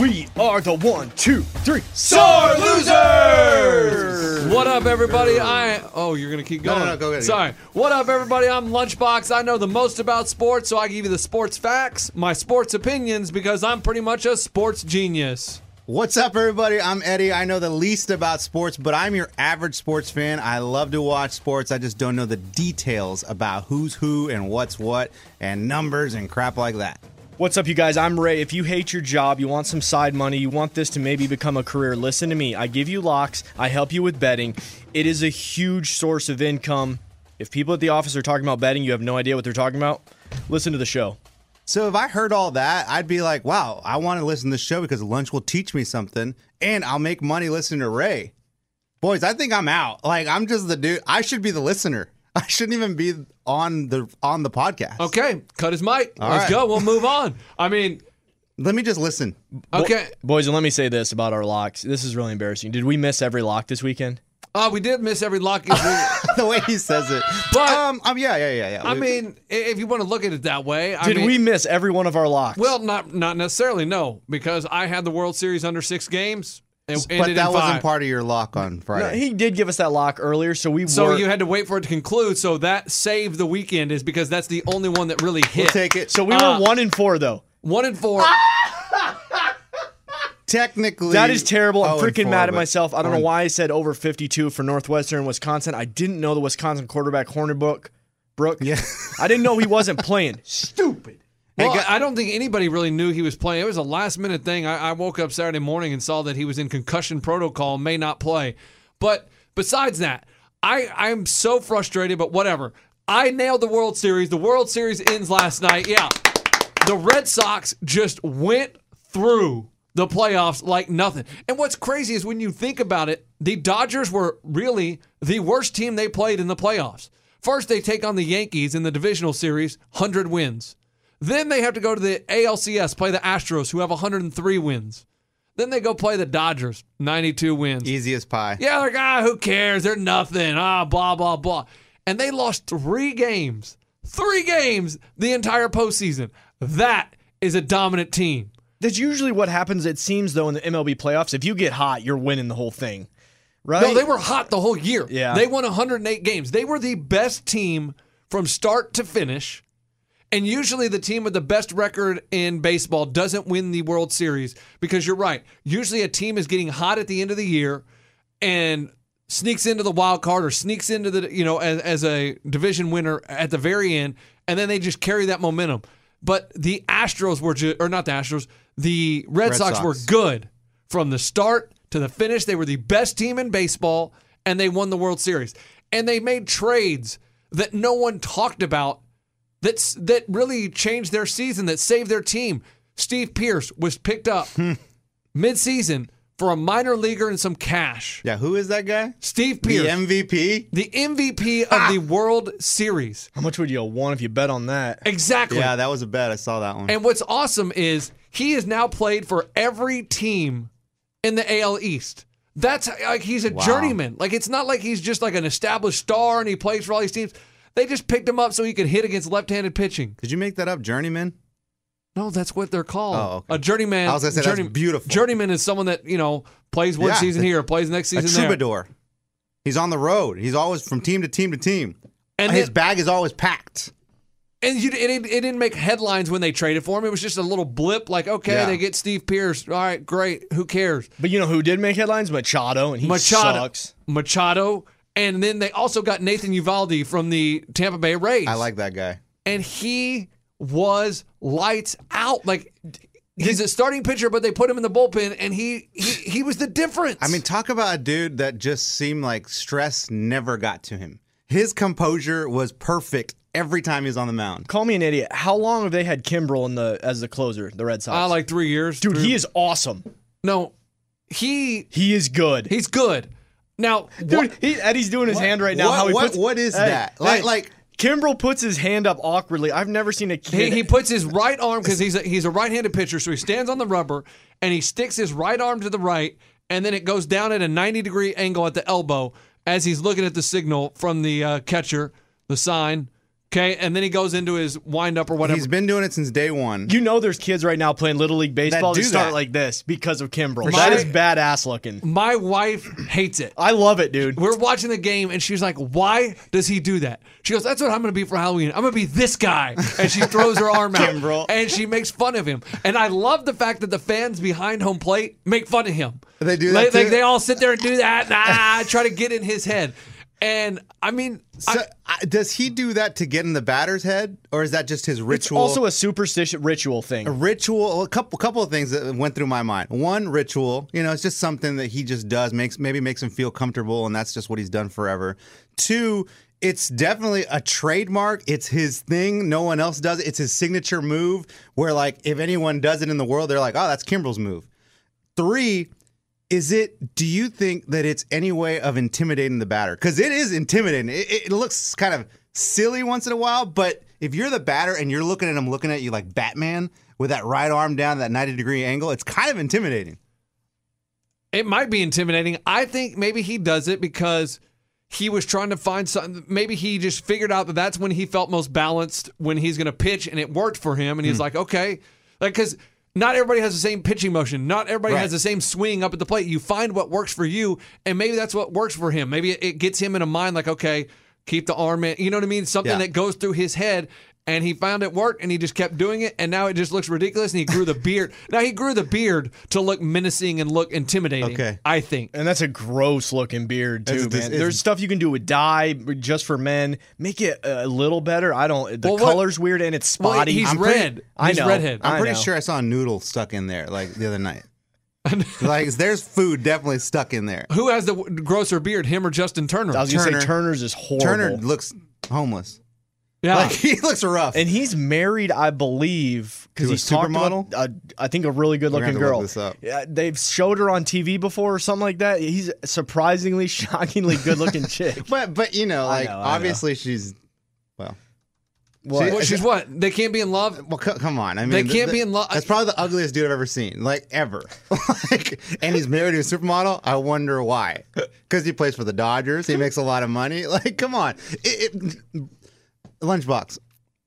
We are the one, two, three. Sore losers. What up, everybody? I oh, you're gonna keep No, going. no, no, go ahead. Sorry. What up, everybody? I'm Lunchbox. I know the most about sports, so I give you the sports facts, my sports opinions, because I'm pretty much a sports genius. What's up, everybody? I'm Eddie. I know the least about sports, but I'm your average sports fan. I love to watch sports. I just don't know the details about who's who and what's what and numbers and crap like that. What's up, you guys? I'm Ray. If you hate your job, you want some side money, you want this to maybe become a career, listen to me. I give you locks, I help you with betting. It is a huge source of income. If people at the office are talking about betting, you have no idea what they're talking about, listen to the show. So if I heard all that, I'd be like, wow, I want to listen to this show because lunch will teach me something and I'll make money listening to Ray. Boys, I think I'm out. Like I'm just the dude. I should be the listener. I shouldn't even be on the on the podcast. Okay, cut his mic. All Let's right. go. We'll move on. I mean, Let me just listen. okay. Boys, and let me say this about our locks. This is really embarrassing. Did we miss every lock this weekend? Uh, we did miss every lock. I the way he says it. But- um, um, yeah, yeah, yeah, yeah. We- mean, i- if you want to look at it that way, I Did mean, we miss every one of our locks? Well, not not necessarily. No, because I had the World Series under six games. And but ended that in wasn't five. part of your lock on Friday. No, he did give us that lock earlier, so we So were. you had to wait for it to conclude. So that saved the weekend is because that's the only one that really hit. We'll take it. so we Uh, were one in four though. One and four. technically, That is terrible. I'm oh, and freaking four, mad at but- myself. I don't know why I said over 52 for Northwestern Wisconsin. I didn't know the Wisconsin quarterback Hornerbrook. Brook. Yeah. I didn't know he wasn't playing. Well, gu- I don't think anybody really knew he was playing. It was a last minute thing. I, I woke up Saturday morning and saw that he was in concussion protocol, may not play. But besides that, I I'm so frustrated. But whatever. I nailed the World Series. The World Series ends last night. Yeah. the Red Sox just went through the playoffs like nothing. And what's crazy is when you think about it, the Dodgers were really the worst team they played in the playoffs. First, they take on the Yankees in the divisional series, 100 wins. Then they have to go to the ALCS, play the Astros, who have 103 wins. Then they go play the Dodgers, 92 wins. Easiest pie. Yeah, like, ah, who cares? They're nothing. Ah, blah, blah, blah. And they lost three games, three games the entire postseason. That is a dominant team. That's usually what happens, it seems, though, in the MLB playoffs. If you get hot, you're winning the whole thing. Right? No, they were hot the whole year. Yeah. They won 108 games. They were the best team from start to finish. And usually the team with the best record in baseball doesn't win the World Series because you're right. Usually a team is getting hot at the end of the year and sneaks into the wild card or sneaks into the, you know, as, as a division winner at the very end. And then they just carry that momentum. But the Astros were, ju- or not the Astros, the Red, Red Sox, were Sox. good from the start to the finish. They were the best team in baseball and they won the World Series. And they made trades that no one talked about that's that really changed their season, that saved their team. Steve Pierce was picked up midseason for a minor leaguer and some cash. Yeah, who is that guy? Steve The Pierce, MVP. the MVP of the World Series. How much would you have won if you bet on that? Exactly. Yeah, that was a bet. I saw that one. And what's awesome is he has now played for every team in the AL East. That's like he's a journeyman. Like it's not like he's just like an established star and he plays for all these teams. They just picked him up so he could hit against left-handed pitching. Did you make that up, journeyman? No, that's what they're called. Oh, okay. A journeyman. I was gonna say, that's beautiful. Journeyman is someone that you know plays one Yeah, season the- here, plays next A season there. troubadour. He's on the road. He's always from team to team to team. And His then- bag is always packed. And you, it, didn't- it didn't make headlines when they traded for him. It was just a little blip. Like, okay, Yeah. they get Steve Pierce. All right, great. Who cares? But you know who did make headlines? Machado, and he Machado. sucks. Machado. And then they also got Nathan Uvalde from the Tampa Bay Rays. I like that guy. And he was lights out. Like he's a starting pitcher, but they put him in the bullpen, and he he, he was the difference. I mean, talk about a dude that just seemed like stress never got to him. His composure was perfect every time he was on the mound. Call me an idiot. How long have they had Kimbrel in the as the closer, the Red Sox? I like three years. Dude, Three- he is awesome. no, he He is good. he's good. Now, Dude, what- he, Eddie's doing his hand right now. what- how he what- puts, what is that? Like- like- Kimbrel puts his hand up awkwardly. I've never seen a he, kid. he puts his right arm because he's a, he's a right-handed pitcher, so he stands on the rubber and he sticks his right arm to the right, and then it goes down at a 90 degree angle at the elbow as he's looking at the signal from the uh, catcher, the sign. Okay, and then he goes into his wind up or whatever. He's been doing it since day one. You know, there's kids right now playing little league baseball do that, start that. like this because of Kimbrel. For That sure. is badass looking. My wife hates it. I love it, dude. We're watching the game, and she's like, "Why does he do that?" She goes, "That's what I'm going to be for Halloween. I'm going to be this guy." And she throws her arm out, Kimbrel. and she makes fun of him. And I love the fact that the fans behind home plate make fun of him. They do Like- that like too? they all sit there and do that. Nah, try to get in his head. And I mean, I- So, I, does he do that to get in the batter's head, or is that just his ritual? Also, a superstition ritual thing. ritual a couple couple of things that went through my mind one ritual you know it's just something that he just does makes maybe makes him feel comfortable and that's just what he's done forever two it's definitely a trademark it's his thing no one else does it it's his signature move where like if anyone does it in the world they're like oh that's kimbrel's move three is it do you think that it's any way of intimidating the batter because it is intimidating it, it looks kind of silly once in a while but if you're the batter and you're looking at him looking at you like batman with that right arm down that 90 degree angle it's kind of intimidating It might be intimidating. I think maybe he does it because he was trying to find something. Maybe he just figured out that that's when he felt most balanced when he's going to pitch, and it worked for him. And he's like, okay, like because not everybody has the same pitching motion. Not everybody Right. has the same swing up at the plate. You find what works for you, and maybe that's what works for him. Maybe it, it gets him in a mind like, okay, keep the arm in. You know what I mean? Something Yeah. that goes through his head. And he found it worked, and he just kept doing it, and now it just looks ridiculous. And he grew the beard. now he grew the beard to look menacing and look intimidating. Okay. I think. And that's a gross looking beard too, It's- it's- man. it's- There's stuff you can do with dye just for men. Make it a little better. I don't. The Well, what- color's weird and it's Well, spotty. he's I'm red. pretty- I He's know. redhead. i'm I pretty know. sure i saw a noodle stuck in there like the other night like there's food definitely stuck in there Who has the w- grosser beard, him or Justin Turner? I was gonna Turner- say Turner's is horrible. turner looks homeless yeah. like he looks rough and he's married, I believe, because To a he's talked supermodel? about. Uh, I think a really good gonna looking have to look girl. this up. Yeah, they've showed her on TV before or something like that. He's a surprisingly, shockingly good looking chick. but but you know like know, I know. obviously she's well What? Well, she's what? They can't be in love. Well, c- come on. I mean, th- can't th- be in love- That's probably the ugliest dude I've ever seen, like ever. like, and he's married to a supermodel. I wonder why. Because he plays for the Dodgers. He makes a lot of money. Like, come on. It, it, lunchbox.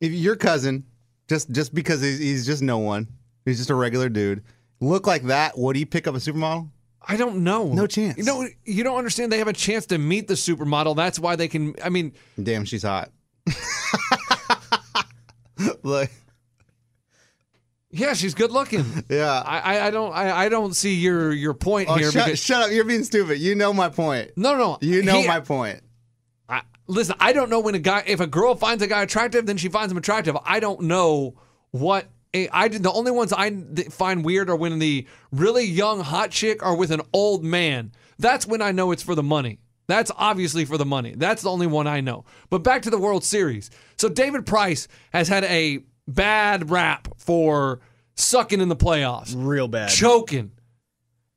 If your cousin, just just because he's, he's just no one, he's just a regular dude. Look like that. Would he pick up a supermodel? I don't know. No chance. You know, you don't understand. They have a chance to meet the supermodel. That's why they can. I mean, Damn, she's hot. Look, yeah, she's good looking. yeah. I, I, I don't, I, I don't see your your point oh, here. shut, because, shut up. You're being stupid. You know my point. no, no, You know he- my point. I, listen, I don't know when a guy, if a girl finds a guy attractive, then she finds him attractive. I don't know what. I I did the only ones I th- find weird are when the really young hot chick are with an old man. That's when I know it's for the money. That's obviously for the money. That's the only one I know. But back to the World Series. So David Price has had a bad rap for sucking in the playoffs Real bad. choking.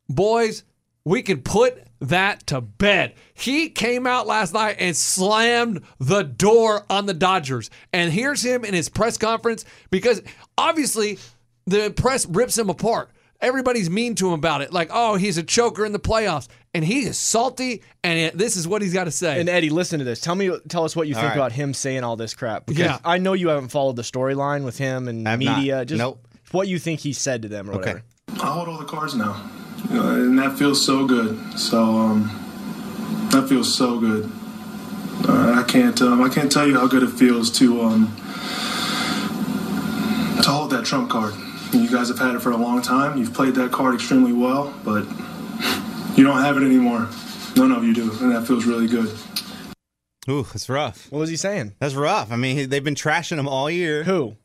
Boys, we can put that to bed. He came out last night and slammed the door on the Dodgers. And here's him in his press conference because obviously the press rips him apart. Everybody's mean to him about it. Like, oh, he's a choker in the playoffs. And he is salty. And it- this is what he's got to say. And Eddie, listen to this. Tell me, tell us what you think right. about him saying all this crap. Because Yeah. I know you haven't followed the storyline with him and have not. media. Just Nope. what you think he said to them or whatever. I hold all the cards now, you know, and that feels so good. So um, that feels so good. Uh, I can't um, I can't tell you how good it feels to um, to hold that trump card. You guys have had it for a long time. You've played that card extremely well, but you don't have it anymore. None of you do, and that feels really good. Ooh, that's rough. What was he saying? That's rough. I mean, he- they've been trashing him all year. Who?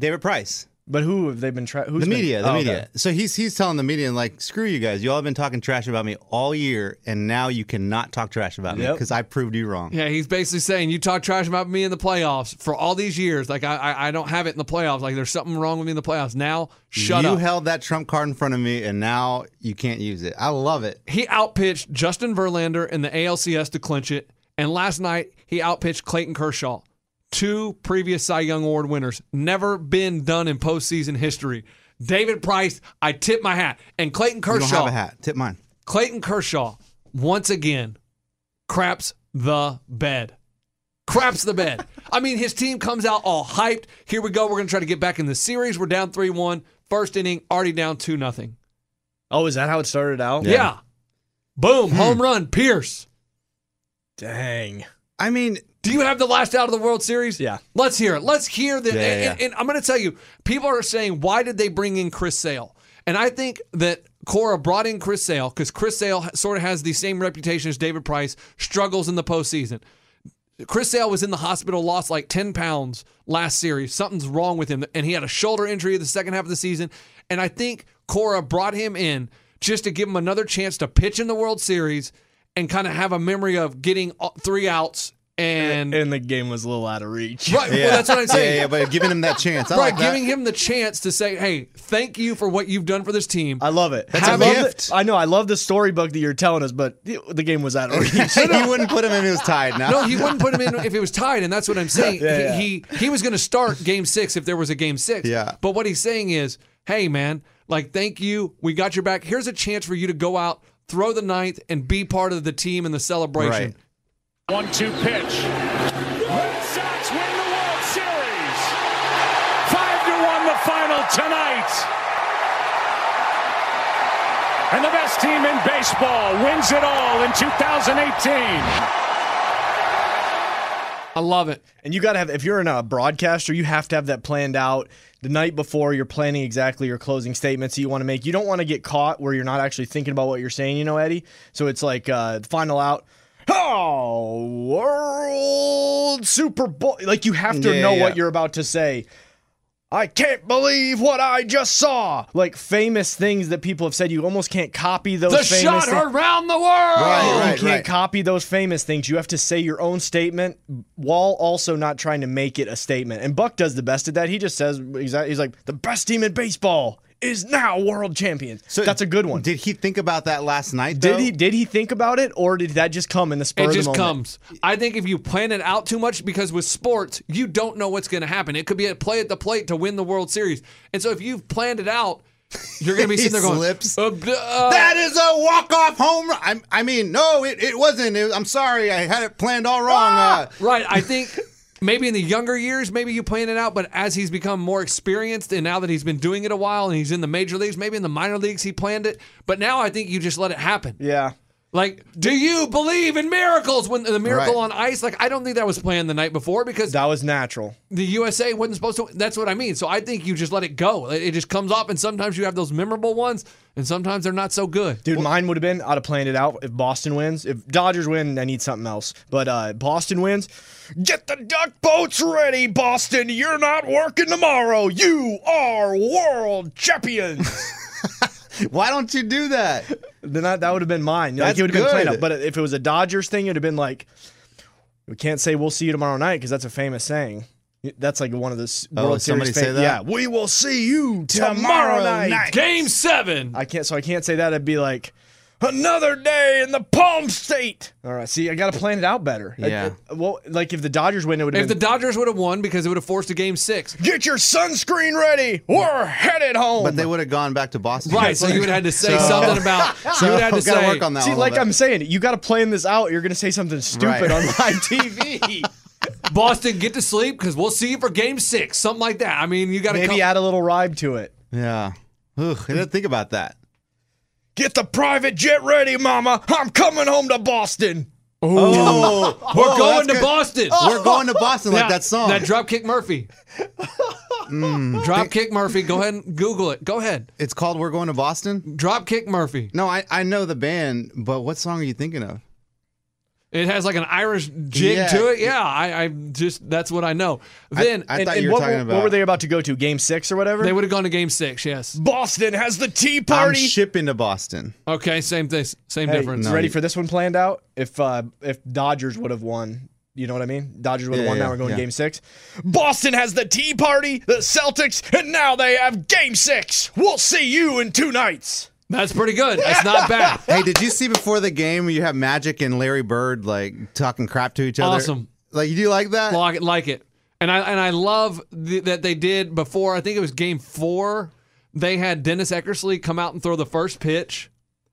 David Price, But who have they been? Tra- who's the been- media, the Oh, okay. media. So he's he's telling the media like, "Screw you guys! You all have been talking trash about me all year, and now you cannot talk trash about me Yep. because I proved you wrong." Yeah, he's basically saying you talk trash about me in the playoffs for all these years. Like I, I, I don't have it in the playoffs. Like there's something wrong with me in the playoffs. Now shut you up. held that trump card in front of me, and now you can't use it. I love it. he outpitched Justin Verlander in the ALCS to clinch it, and last night he outpitched Clayton Kershaw, two previous Cy Young Award winners, never been done in postseason history. David Price, I tip my hat, and Clayton You don't have a Kershaw. hat. Tip mine. Clayton Kershaw once again craps the bed. craps the bed. I mean, his team comes out all hyped. Here we go. We're going to try to get back in the series. We're down 3 1. First inning, already down 2 nothing. Oh, is that how it started out? Yeah. Boom. Hmm. Home run. Pierce. Dang. I mean, Do you have the last out of the World Series? Yeah. Let's hear it. Let's hear that. Yeah, and, yeah, and- and I'm going to tell you, people are saying, why did they bring in Chris Sale? And I think that Cora brought in Chris Sale because Chris Sale sort of has the same reputation as David Price, struggles in the postseason. Chris Sale was in the hospital, lost like 10 pounds last series. Something's wrong with him. And he had a shoulder injury the second half of the season. And I think Cora brought him in just to give him another chance to pitch in the World Series and kind of have a memory of getting uh, three outs and And the game was a little out of reach. Right. Well, that's what I'm saying. yeah, yeah, but giving him that chance. I Right, like that. giving him the chance to say, "Hey, thank you for what you've done for this team." I love it. a I love gift. the- I know. I love the storybug that you're telling us, but the the game was out of reach. he wouldn't put him in his tied now. no, he wouldn't put him in if it was tied, and that's what I'm saying. he, he he was going to start Game Six if there was a Game Six. Yeah. But what he's saying is, "Hey, man, like, thank you. We got your back. Here's a chance for you to go out, throw the ninth, and be part of the team and the celebration." Right. One two pitch. Red Sox win the World Series. Five to one the final tonight. And the best team in baseball wins it all in 2018. I love it. And you got to have, if you're in a broadcaster, you have to have that planned out the night before. You're planning exactly your closing statements that you want to make. You don't want to get caught where you're not actually thinking about what you're saying, you know, Eddie. So it's like uh, final out. Oh, World Super Bowl. Like you have to Yeah, know yeah. what you're about to say. I can't believe what I just saw. Like famous things that people have said. You almost can't copy those The famous shot thi- around the world. Oh, Right. you can't copy those famous things. You have to say your own statement while also not trying to make it a statement. And Buck does the best at that. He just says exactly. He's like the best team in baseball is now world champions. So that's a good one. Did, Did he think about that last night? though? he? Did he think about it, or did that just come in the spur It of the just moment? comes. I think if you plan it out too much, because with sports, you don't know what's going to happen. It could be a play at the plate to win the World Series. And so if you've planned it out, you're going to be He sitting there going, slips. "Uh, b- uh, That is a walk-off home run. I'm- I, mean, no, it, it wasn't. It- I'm sorry. I had it planned all wrong. Uh, Right. I think maybe in the younger years, maybe you plan it out, but as he's become more experienced and now that he's been doing it a while and he's in the major leagues, maybe in the minor leagues, he planned it. But now I think you just let it happen. Yeah. Like, do you believe in miracles? When the miracle Right. on ice, like, I don't think that was planned the night before because That was natural. the USA wasn't supposed to. That's what I mean. So I think you just let it go. It, it just comes off, and sometimes you have those memorable ones, and sometimes they're not so good. Dude, mine would have been I'd have planned it out if Boston wins. If Dodgers win, I need something else. But uh, Boston wins. Get the duck boats ready, Boston. You're not working tomorrow. You are world champions. Uh, why don't you do that? then that, that would have been mine. Like, That's it would have been played good. up. But if it was a Dodgers thing, it would have been like, we can't say we'll see you tomorrow night because that's a famous saying. That's like one of the s- Oh, World somebody Series. say that? Yeah, we will see you tomorrow, Tomorrow night. night. Game seven. I can't. So I can't say that. I'd be like, another day in the Palm State. All right. See, I got to plan it out better. I- Yeah. I- well, like if the Dodgers win, it would if have the been. Dodgers would have won, because it would have forced a game six. Get your sunscreen ready. We're headed home. But they would have gone back to Boston. Right. So you would have had to say something about. you So would have had to gotta say. work on that. See, one a like little I'm bit. saying, you got to plan this out. You're going to say something stupid Right. on live TV. Boston, get to sleep because we'll see you for game six, something like that. I mean, you got to Maybe come. add a little rhyme to it. Yeah. Ugh, I didn't think about that. Get the private jet ready, Mama. I'm coming home to Boston. Oh, We're oh, going to that's Boston. good. We're going to Boston like that song. That Dropkick Murphy. Mm. Dropkick Murphy. Go ahead and Google it. Go ahead. it's called "We're Going to Boston." Dropkick Murphy. No, I, I know the band, but what song are you thinking of? It has like an Irish jig Yeah. to it. Yeah, I, I just that's what I know. Then I And- thought and you were what, talking were- about. what were they about to go to? Game six or whatever. they would have gone to Game Six. Yes. Boston has the tea I'm party. shipping to Boston. Okay. Same thing. Same Hey, difference. no. Ready for this one planned out? If uh, if Dodgers would have won, you know what I mean? Dodgers would have Yeah, won. yeah, now we're going yeah. Game Six. Boston has the Tea Party, the Celtics, and now they have Game Six. We'll see you in two nights. That's pretty good. That's not bad. Hey, did you see before the game you have Magic and Larry Bird like talking crap to each other? Awesome. Like you do like that? like it, like it. And I and I love th- that they did before. I think it was Game Four. They had Dennis Eckersley come out and throw the first pitch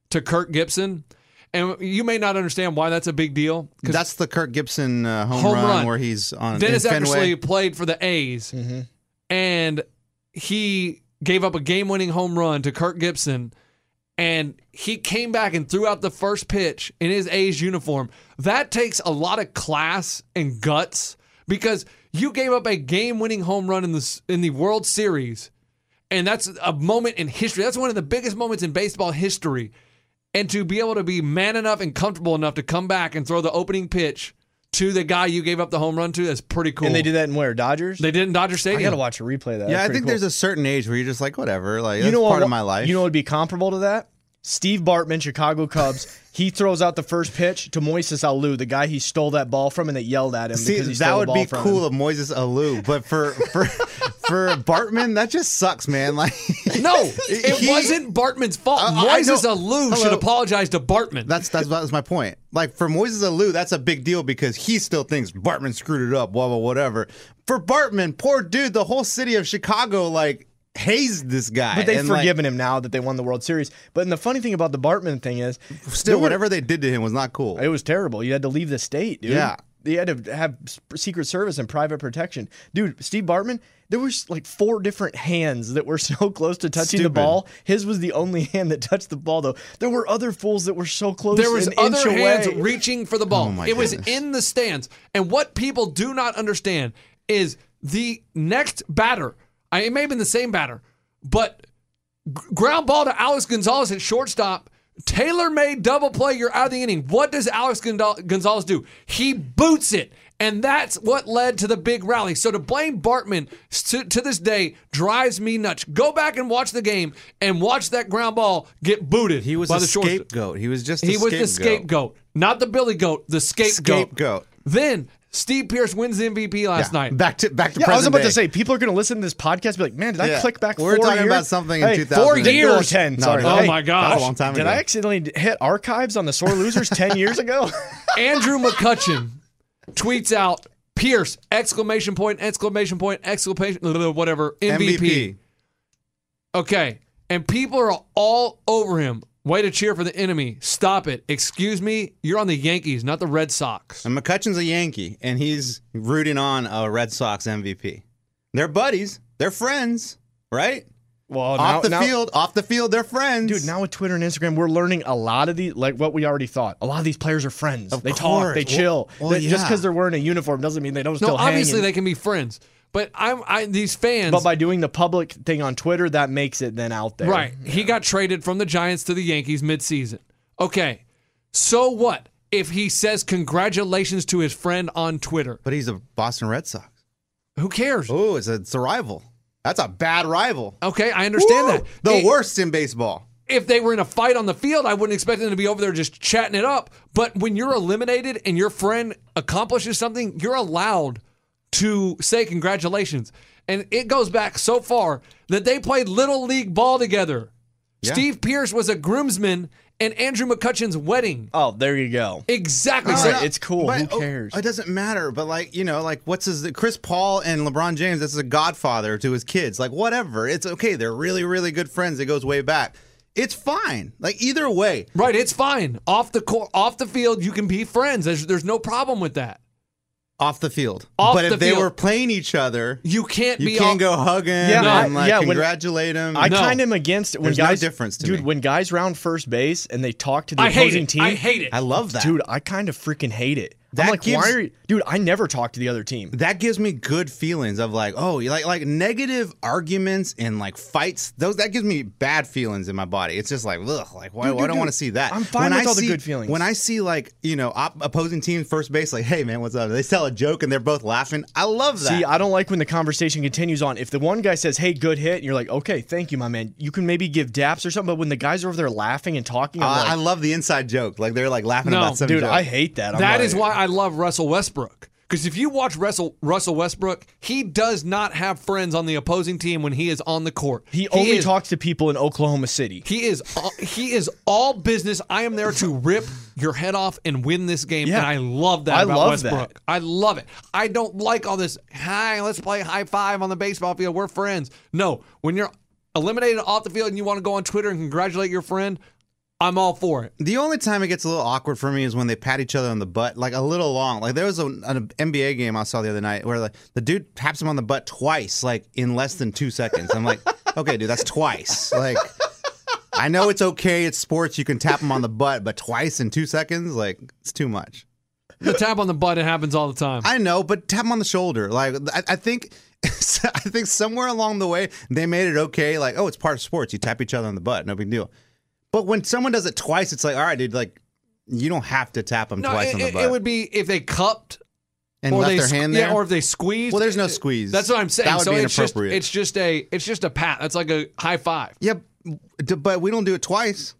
to Kirk Gibson, And you may not understand why that's a big deal. because That's the Kirk Gibson uh, home, Home run, run. where he's on Dennis in Fenway. Eckersley played for the A's, and he gave up a game-winning home run to Kirk Gibson, and he came back and threw out the first pitch in his A's uniform. That takes a lot of class and guts because you gave up a game-winning home run in the s- in the World Series, and that's a moment in history. That's one of the biggest moments in baseball history. And to be able to be man enough and comfortable enough to come back and throw the opening pitch to the guy you gave up the home run to, that's pretty cool. And they did that in where? Dodgers? They did in Dodger I got to Stadium. watch a replay of that. Yeah, That's I pretty think cool. there's a certain age where you're just like, whatever. Like you that's know what- part of my life. You know what would be comparable to that? Steve Bartman, Chicago Cubs. he throws out the first pitch to Moises Alou, the guy he stole that ball from and that yelled at him See, because he that stole the would ball be from cool him. of Moises Alou, but for for for Bartman, that just sucks, man. Like no, it He- wasn't Bartman's fault. Uh, I Moises know- Alou should Hello. apologize to Bartman. That's that's that was my point. Like for Moises Alou, that's a big deal because he still thinks Bartman screwed it up, blah blah whatever. For Bartman, poor dude, the whole city of Chicago like hazed this guy. But they've and, like, forgiven him now that they won the World Series. But and the funny thing about the Bartman thing is, still there were- whatever they did to him was not cool. It was terrible. You had to leave the state, dude. Yeah. You had to have s- Secret Service and private protection. Dude, Steve Bartman, there was like four different hands that were so close to touching the Stupid. ball. His was the only hand that touched the ball, though. There were other fools that were so close. there was an inch other hands away. reaching for the ball. Oh, my it was goodness. in the stands. And what people do not understand is the next batter. I it may have been the same batter, but g- ground ball to Alex Gonzalez at shortstop. Taylor made double play. You're out of the inning. What does Alex Gondal- Gonzalez do? He boots it. And that's what led to the big rally. So to blame Bartman s- to, to this day drives me nuts. Go back and watch the game and watch that ground ball get booted. he was by a the shortstop scapegoat. He was just a he was the scapegoat, not the Billy Goat, the scapegoat. Scapegoat. Then Steve Pierce wins the MVP Yeah. last night. Back to back to Yeah, I was present about day. to say, people are going to listen to this podcast and be like, man, did I Yeah. click back We were four talking years? about something in Hey, 2000. Four Did- years. or 10, No, sorry. Oh no, Hey, my that was gosh. a long time Did ago. I accidentally hit archives on the sore losers 10 years ago? Andrew McCutcheon tweets out Pierce exclamation point exclamation point exclamation whatever MVP. MVP. Okay, and people are all over him. Way to cheer for the enemy. Stop it. Excuse me, you're on the Yankees, not the Red Sox. And McCutcheon's a Yankee, and he's rooting on a Red Sox MVP. They're buddies. They're friends, right? well, off the field, off the field, they're friends. Dude, now with Twitter and Instagram, we're learning a lot of the like what we already thought. A lot of these players are friends. they talk, course. they Well- chill. well, They- Just yeah. because they're wearing a uniform doesn't mean they don't No, still hang. obviously and- they can be friends, but I'm I, these fans. but by doing the public thing on Twitter, that makes it then out there. Right. He got traded from the Giants to the Yankees midseason. Okay. So what if he says congratulations to his friend on Twitter? but he's a Boston Red Sox. Who cares? Oh, it's a, it's a rival. That's a bad rival. Okay, I understand that. The It- worst in baseball. If they were in a fight on the field, I wouldn't expect them to be over there just chatting it up. But when you're eliminated and your friend accomplishes something, you're allowed to say congratulations. And it goes back so far that they played little league ball together. Yeah. Steve Pierce was a groomsman in Andrew McCutcheon's wedding. Oh, there you go. Exactly. All So- right. it's cool. Who oh, cares? it doesn't matter. But like you know, like what's his Chris Paul and LeBron James? That's a godfather to his kids. Like whatever. It's okay. They're really really good friends. It goes way back. It's fine. Like either way. Right, it's fine. Off the court, off the field, you can be friends. There's, there's no problem with that. Off the field. Off but the if they field. were playing each other, You can't you be can't off- go hug him Yeah, I- and like yeah, when- congratulate him. I No. kind of am against it when There's no guys difference to dude me. when guys round first base and they talk to the I hate opposing it. team. I hate it. I love that. Dude, I kind of freaking hate it. I'm That like, why gives- are you, dude? I never talk to the other team. that gives me good feelings of like oh you like like negative arguments and like fights those that gives me bad feelings in my body it's just like ugh like why, Dude, why dude, I don't dude. want to see that I'm fine with I all the see- good feelings. when I see like you know op- opposing team first base like hey man what's up they tell a joke and they're both laughing I love that See, I don't like when the conversation continues on. If the one guy says, "Hey, good hit," and you're like, "Okay, thank you, my man," you can maybe give daps or something. But when the guys are over there laughing and talking, I'm Uh, like, I love the inside joke like they're like laughing No, about some dude, joke. I hate that. I'm That like- is why I love Russell Westbrook. Because if you watch Russell, Russell Westbrook, he does not have friends on the opposing team when he is on the court. he only is, talks to people in Oklahoma City. He is all, he is all business. I am there to rip your head off and win this game, Yeah. and I love that I about love that. Westbrook. I love it. I don't like all this. Hi, let's play high five on the baseball field. We're friends. No, when you're eliminated off the field and you want to go on Twitter and congratulate your friend, I'm all for it. The only time it gets a little awkward for me is when they pat each other on the butt, like a little long. Like there was a, an NBA game I saw the other night where like the dude taps him on the butt twice, like in less than two seconds. I'm like, okay, dude, that's twice. Like, I know it's okay, it's sports, you can tap him on the butt, but twice in two seconds, like it's too much. The tap on the butt, it happens all the time. I know, but tap him on the shoulder. Like I, I think, I think somewhere along the way they made it okay. Like oh, it's part of sports. You tap each other on the butt, no big deal. But when someone does it twice, it's like all right, dude. Like you don't have to tap them no, twice it, on the it- butt it would be if they cupped and or left they their sque- hand there. Yeah, or if they squeeze. well, there's no squeeze. That's what I'm saying. That would so be it's just inappropriate. it's just a it's just a pat. That's like a high five. yeah, d- but we don't do it twice.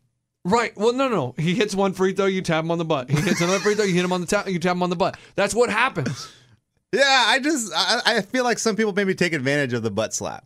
Right. Well, no, no. He hits one free throw, you tap him on the butt. He hits another free throw, you hit him on the tap, you tap him on the butt. That's what happens. Yeah, I just I, I feel like some people maybe take advantage of the butt slap.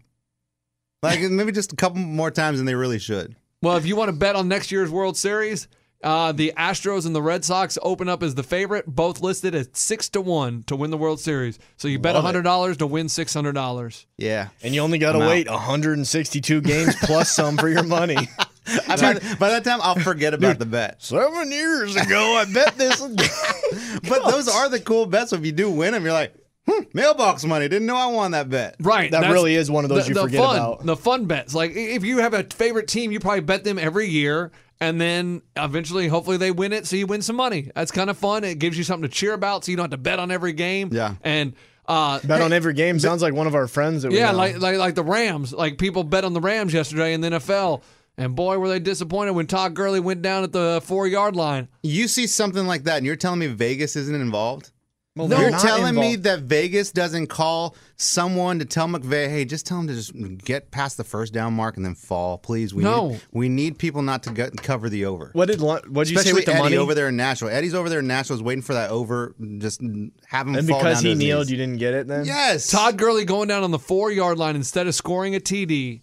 Like maybe just a couple more times than they really should. Well, if you want to bet on next year's World Series, uh, the Astros and the Red Sox open up as the favorite, both listed at six to one to win the World Series. So you bet Love it. hundred dollars to win six hundred dollars. Yeah. And you only got to I'm out. wait 162 games plus some for your money. I- by, th- by that time, I'll forget about the bet. Seven years ago, I bet this. But those are the cool bets. If you do win them, you're like, hmm, mailbox money. Didn't know I won that bet. Right. That that's really is one of those you forget fun, about. The fun bets. Like i- if you have a favorite team, you probably bet them every year. And then eventually, hopefully, they win it, so you win some money. That's kind of fun. It gives you something to cheer about, so you don't have to bet on every game. Yeah. And uh, Bet on every game sounds like one of our friends that we yeah, know. like, like like the Rams. Like people bet on the Rams yesterday in the NFL, and boy, were they disappointed when Todd Gurley went down at the four yard line. You see something like that, and you're telling me Vegas isn't involved? Well, You're they're not telling me involved. that Vegas doesn't call someone to tell McVay, hey, just tell him to just get past the first down mark and then fall, please. We No. need we need people not to go- cover the over. what did what did you say Especially with the Eddie money? over there in Nashville. Eddie's over there in Nashville is waiting for that over. Just have him and fall because down to he his kneeled, knees. you didn't get it then. yes, Todd Gurley going down on the four yard line instead of scoring a TD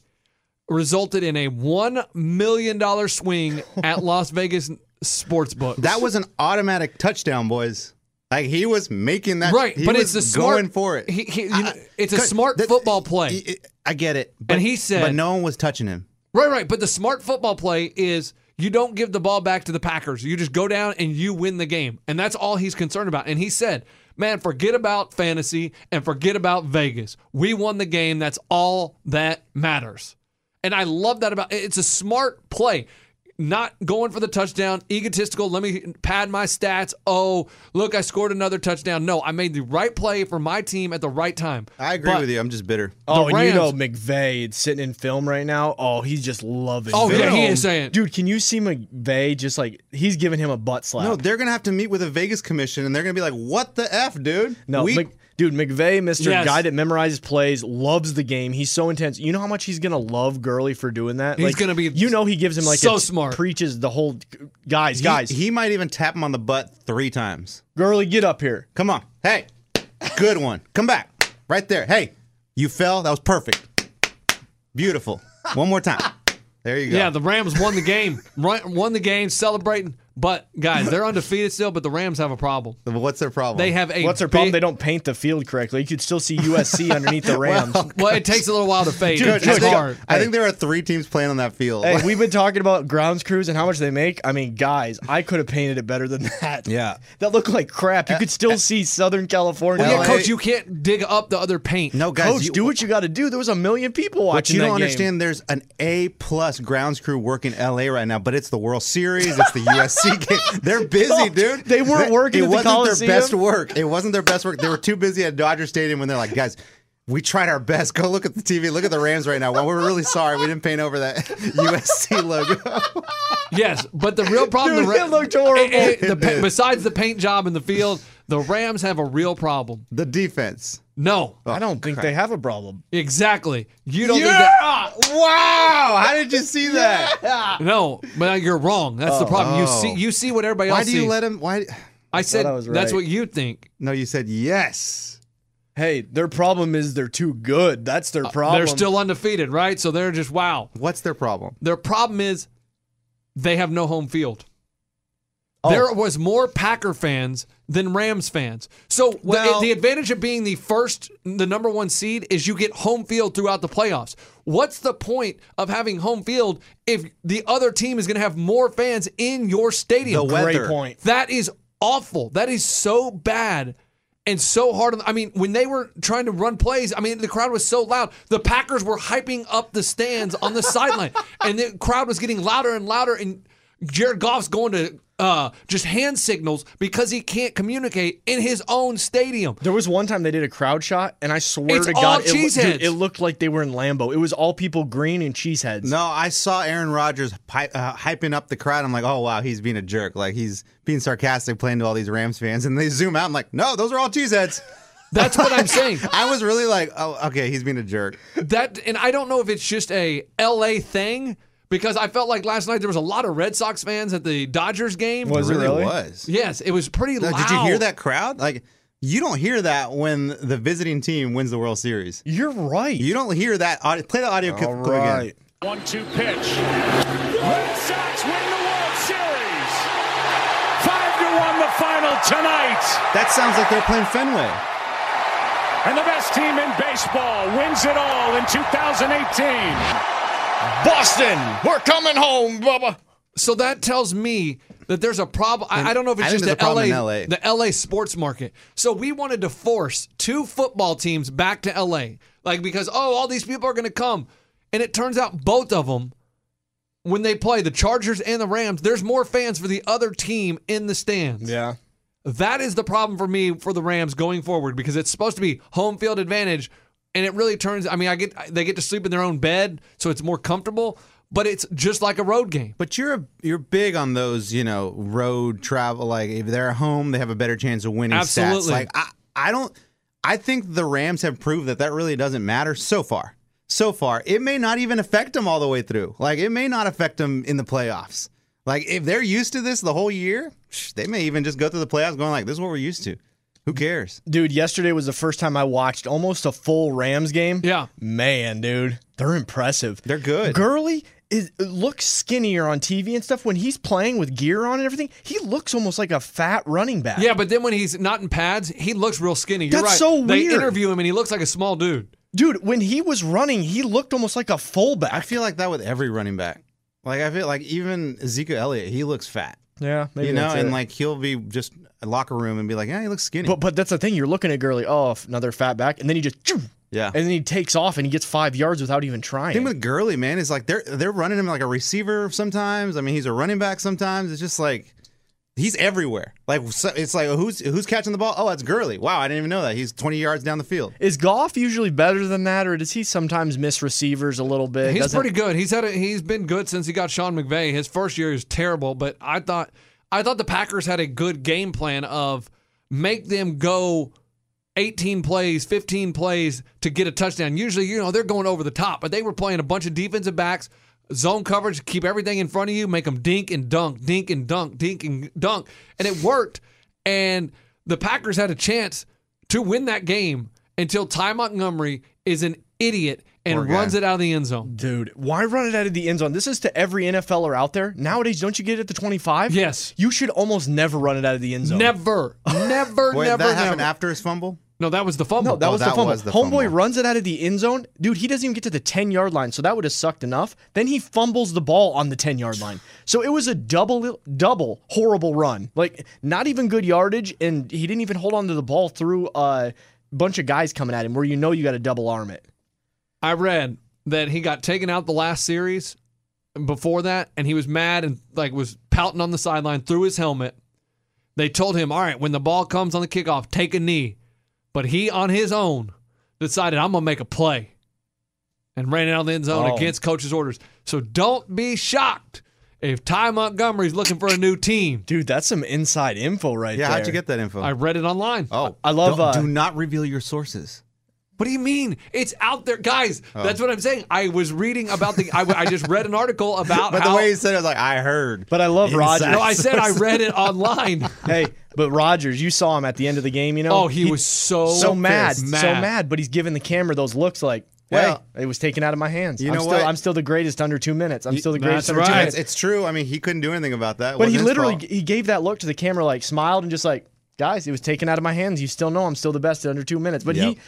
resulted in a one million dollar swing at Las Vegas sports book. That was an automatic touchdown, boys. Like he was making that right, he but was it's a smart, going for it. He, he, you I- know, I- it's a cut- smart that- football play. I- I I get it, but, he said- but no one was touching him. Right, right. But the smart football play is you don't give the ball back to the Packers. You just go down and you win the game. And that's all he's concerned about. And he said, man, forget about fantasy and forget about Vegas. We won the game. That's all that matters. And I love that about it's a smart play. Not going for the touchdown, egotistical. Let me pad my stats. Oh, look, I scored another touchdown. No, I made the right play for my team at the right time. I agree But- with you. I'm just bitter. Oh, and you know Rams- McVay sitting in film right now. Oh, he's just loving. Oh, yeah, film. he is saying- dude. Can you see McVay just like he's giving him a butt slap? No, they're gonna have to meet with a Vegas commission, and they're gonna be like, "What the f, dude? No, we, Mc, dude, McVay, Mr. Yes. Guy that memorizes plays, loves the game. He's so intense. You know how much he's gonna love Gurley for doing that. He's Like, gonna be You know he gives him like so a- smart. Preaches the whole guys, he, guys. He might even tap him on the butt three times. Gurley, get up here. Come on, hey, good one. Come back, right there. Hey, you fell. That was perfect. Beautiful. One more time. There you go. Yeah, the Rams won the game. Run, won the game, celebrating. But guys, they're undefeated still. But the Rams have a problem. What's their problem? They have a. What's their problem? big- They don't paint the field correctly. You could still see USC underneath the Rams. Well, it takes a little while to fade. Dude, It's I think, hard. I think there are three teams playing on that field. Hey, we've been talking about grounds crews and how much they make. I mean, guys, I could have painted it better than that. Yeah. Uh, That looked like crap. You could still see Southern California. Well, yeah, Like, LA. coach, you can't dig up the other paint. no, guys, Coach, you, do what you got to do. There was a million people But watching you don't that game. understand. There's an A plus grounds crew working LA right now, but it's the World Series, it's the USC game. They're busy, dude. Oh, They weren't working It at the wasn't Coliseum? their best work. It wasn't their best work. They were too busy at Dodger Stadium when they're like, guys. We tried our best. Go look at the TV. Look at the Rams right now. Well, we're really sorry we didn't paint over that USC logo. Yes, but the real problem. Dude, the Ra- it looked horrible. Eh, eh, the It pa- did. besides the paint job in the field, the Rams have a real problem. the defense. No, I don't think they have a problem. exactly. You don't. Think that, Wow! How did you see that? no, but you're wrong. That's the problem. You Oh. see, you see what everybody Why else do you sees. let him? Why? I said I was that's right. what you think. No, you said yes. Hey, their problem is they're too good. That's Uh, their problem. They're still undefeated, right? So they're just wow. What's their problem? Their problem is they have no home field. Oh. There was more Packer fans than Rams fans. So the- Well- the, advantage of being the first, the number one seed is you get home field throughout the playoffs. What's the point of having home field if the other team is going to have more fans in your The stadium? weather. Great point. That is awful. That is so bad and so hard. on- I mean, when they were trying to run plays, I mean, the crowd was so loud. The Packers were hyping up the stands on the sideline, and the crowd was getting louder and louder. And Jared Goff's going to uh, just hand signals because he can't communicate in his own stadium. There was one time they did a crowd shot, and I swear It's to all God, it, loo- cheeseheads. dude, it looked like they were in Lambo. It was all people green and cheeseheads. No, I saw Aaron Rodgers pi- uh, hyping up the crowd. I'm like, oh wow, he's being a jerk. Like he's being sarcastic, playing to all these Rams fans. And they zoom out. I'm like, no, those are all cheeseheads. That's what I'm saying. I was really like, oh, okay, he's being a jerk. that and I don't know if it's just a LA thing because I felt like last night there was a lot of Red Sox fans at the Dodgers game. Was it it really? was. Yes, it was pretty Like, loud. Did you hear that crowd? Like you don't hear that when the visiting team wins the World Series. You're right. You don't hear that. Audio- play the audio clip all clip again. right. One two pitch. Red Sox win the World Series. Five to one the final tonight. That sounds like they're playing Fenway. And the best team in baseball wins it all in 2018. Boston, we're coming home, Bubba. So that tells me that there's a problem. I, I don't know if it's I think just there's the a problem LA, in LA. the LA sports market. So we wanted to force two football teams back to LA, like because oh, all these people are going to come, and it turns out both of them, when they play the Chargers and the Rams, there's more fans for the other team in the stands. Yeah. That is the problem for me for the Rams going forward because it's supposed to be home field advantage, and it really turns. I mean, I get they get to sleep in their own bed, so it's more comfortable. But it's just like a road game. But you're a, you're big on those, you know, road travel. Like if they're at home, they have a better chance of winning. stats. Absolutely. Like I, I don't. I think the Rams have proved that that really doesn't matter so far. So far, it may not even affect them all the way through. Like it may not affect them in the playoffs. Like if they're used to this the whole year, psh, they may even just go through the playoffs going like, "This is what we're used to." Who cares? Dude, yesterday was the first time I watched almost a full Rams game. Yeah. Man, dude, they're impressive. They're good. Gurley is looks skinnier on TV and stuff when he's playing with gear on and everything. He looks almost like a fat running back. Yeah, but then when he's not in pads, he looks real skinny. That's You're right. so They weird. interview him and he looks like a small dude. Dude, when he was running, he looked almost like a fullback. I feel like that with every running back. Like I feel like even Ezekiel Elliott, he looks fat. yeah, maybe You know, that's and it. like he'll be just a locker room and be like, "Yeah, he looks skinny." But but that's the thing. You're looking at Gurley. Oh, f- another fat back, and then he just, choo, yeah. and then he takes off and he gets five yards without even trying. thing with Gurley, man, is like they're they're running him like a receiver sometimes. I mean, he's a running back sometimes. It's just like he's everywhere. Like so, it's like who's who's catching the ball? Oh, that's Gurley. Wow, I didn't even know that. He's 20 yards down the field. is Goff usually better than that, or does he sometimes miss receivers a little bit? He's Doesn't- pretty good. He's had a, he's been good since he got Sean McVay. His first year is terrible, but I thought I thought the Packers had a good game plan of make them go 18 plays, 15 plays to get a touchdown. Usually, you know, they're going over the top, but they were playing a bunch of defensive backs, zone coverage, keep everything in front of you, make them dink and dunk, dink and dunk, dink and dunk. And it worked. And the Packers had a chance to win that game until Ty Montgomery is an idiot and runs it out of the end zone. Dude, why run it out of the end zone? This is to every NFLer er out there. Nowadays, don't you get it at the 25? Yes. You should almost never run it out of the end zone. Never, never, Wait, never, that happened never. after his fumble. no, that was the fumble. No, that Oh, was the that fumble. was the Homeboy fumble. runs it out of the end zone. Dude, he doesn't even get to the 10 yard line, so that would have sucked enough. Then he fumbles the ball on the 10 yard line. So it was a double, double horrible run. Like, not even good yardage, and he didn't even hold on to the ball through a bunch of guys coming at him where you know you got to double arm it. I read that he got taken out the last series before that, and he was mad and like was pouting on the sideline, threw his helmet. They told him, All right, when the ball comes on the kickoff, take a knee. But he on his own decided I'm gonna make a play and ran out of the end zone Oh. against coach's orders. So don't be shocked if Ty Montgomery's looking for a new team. Dude, that's some inside info right Yeah, there. how'd you get that info? I read it online. oh, I love, Don't- uh, do not reveal your sources. What do you mean? It's out there, guys. Oh. That's what I'm saying. I was reading about the. I, I just read an article about. But how, the way he said it, I was like, I heard. But I love Inside Rodgers. No, I said I read it online. hey, but Rogers, you saw him at the end of the game, you know? Oh, he, was so so mad, pissed. so mad. But he's giving the camera those looks like, well, Well- it was taken out of my hands. You I'm know still, what? I'm still the greatest under two minutes. I'm still the greatest that's under two right. it's, minutes. it's true. I mean, he couldn't do anything about that. It But wasn't he his literally fault. he gave that look to the camera, like smiled and just like, guys, it was taken out of my hands. You still know I'm still the best at under two minutes. But Yep. he,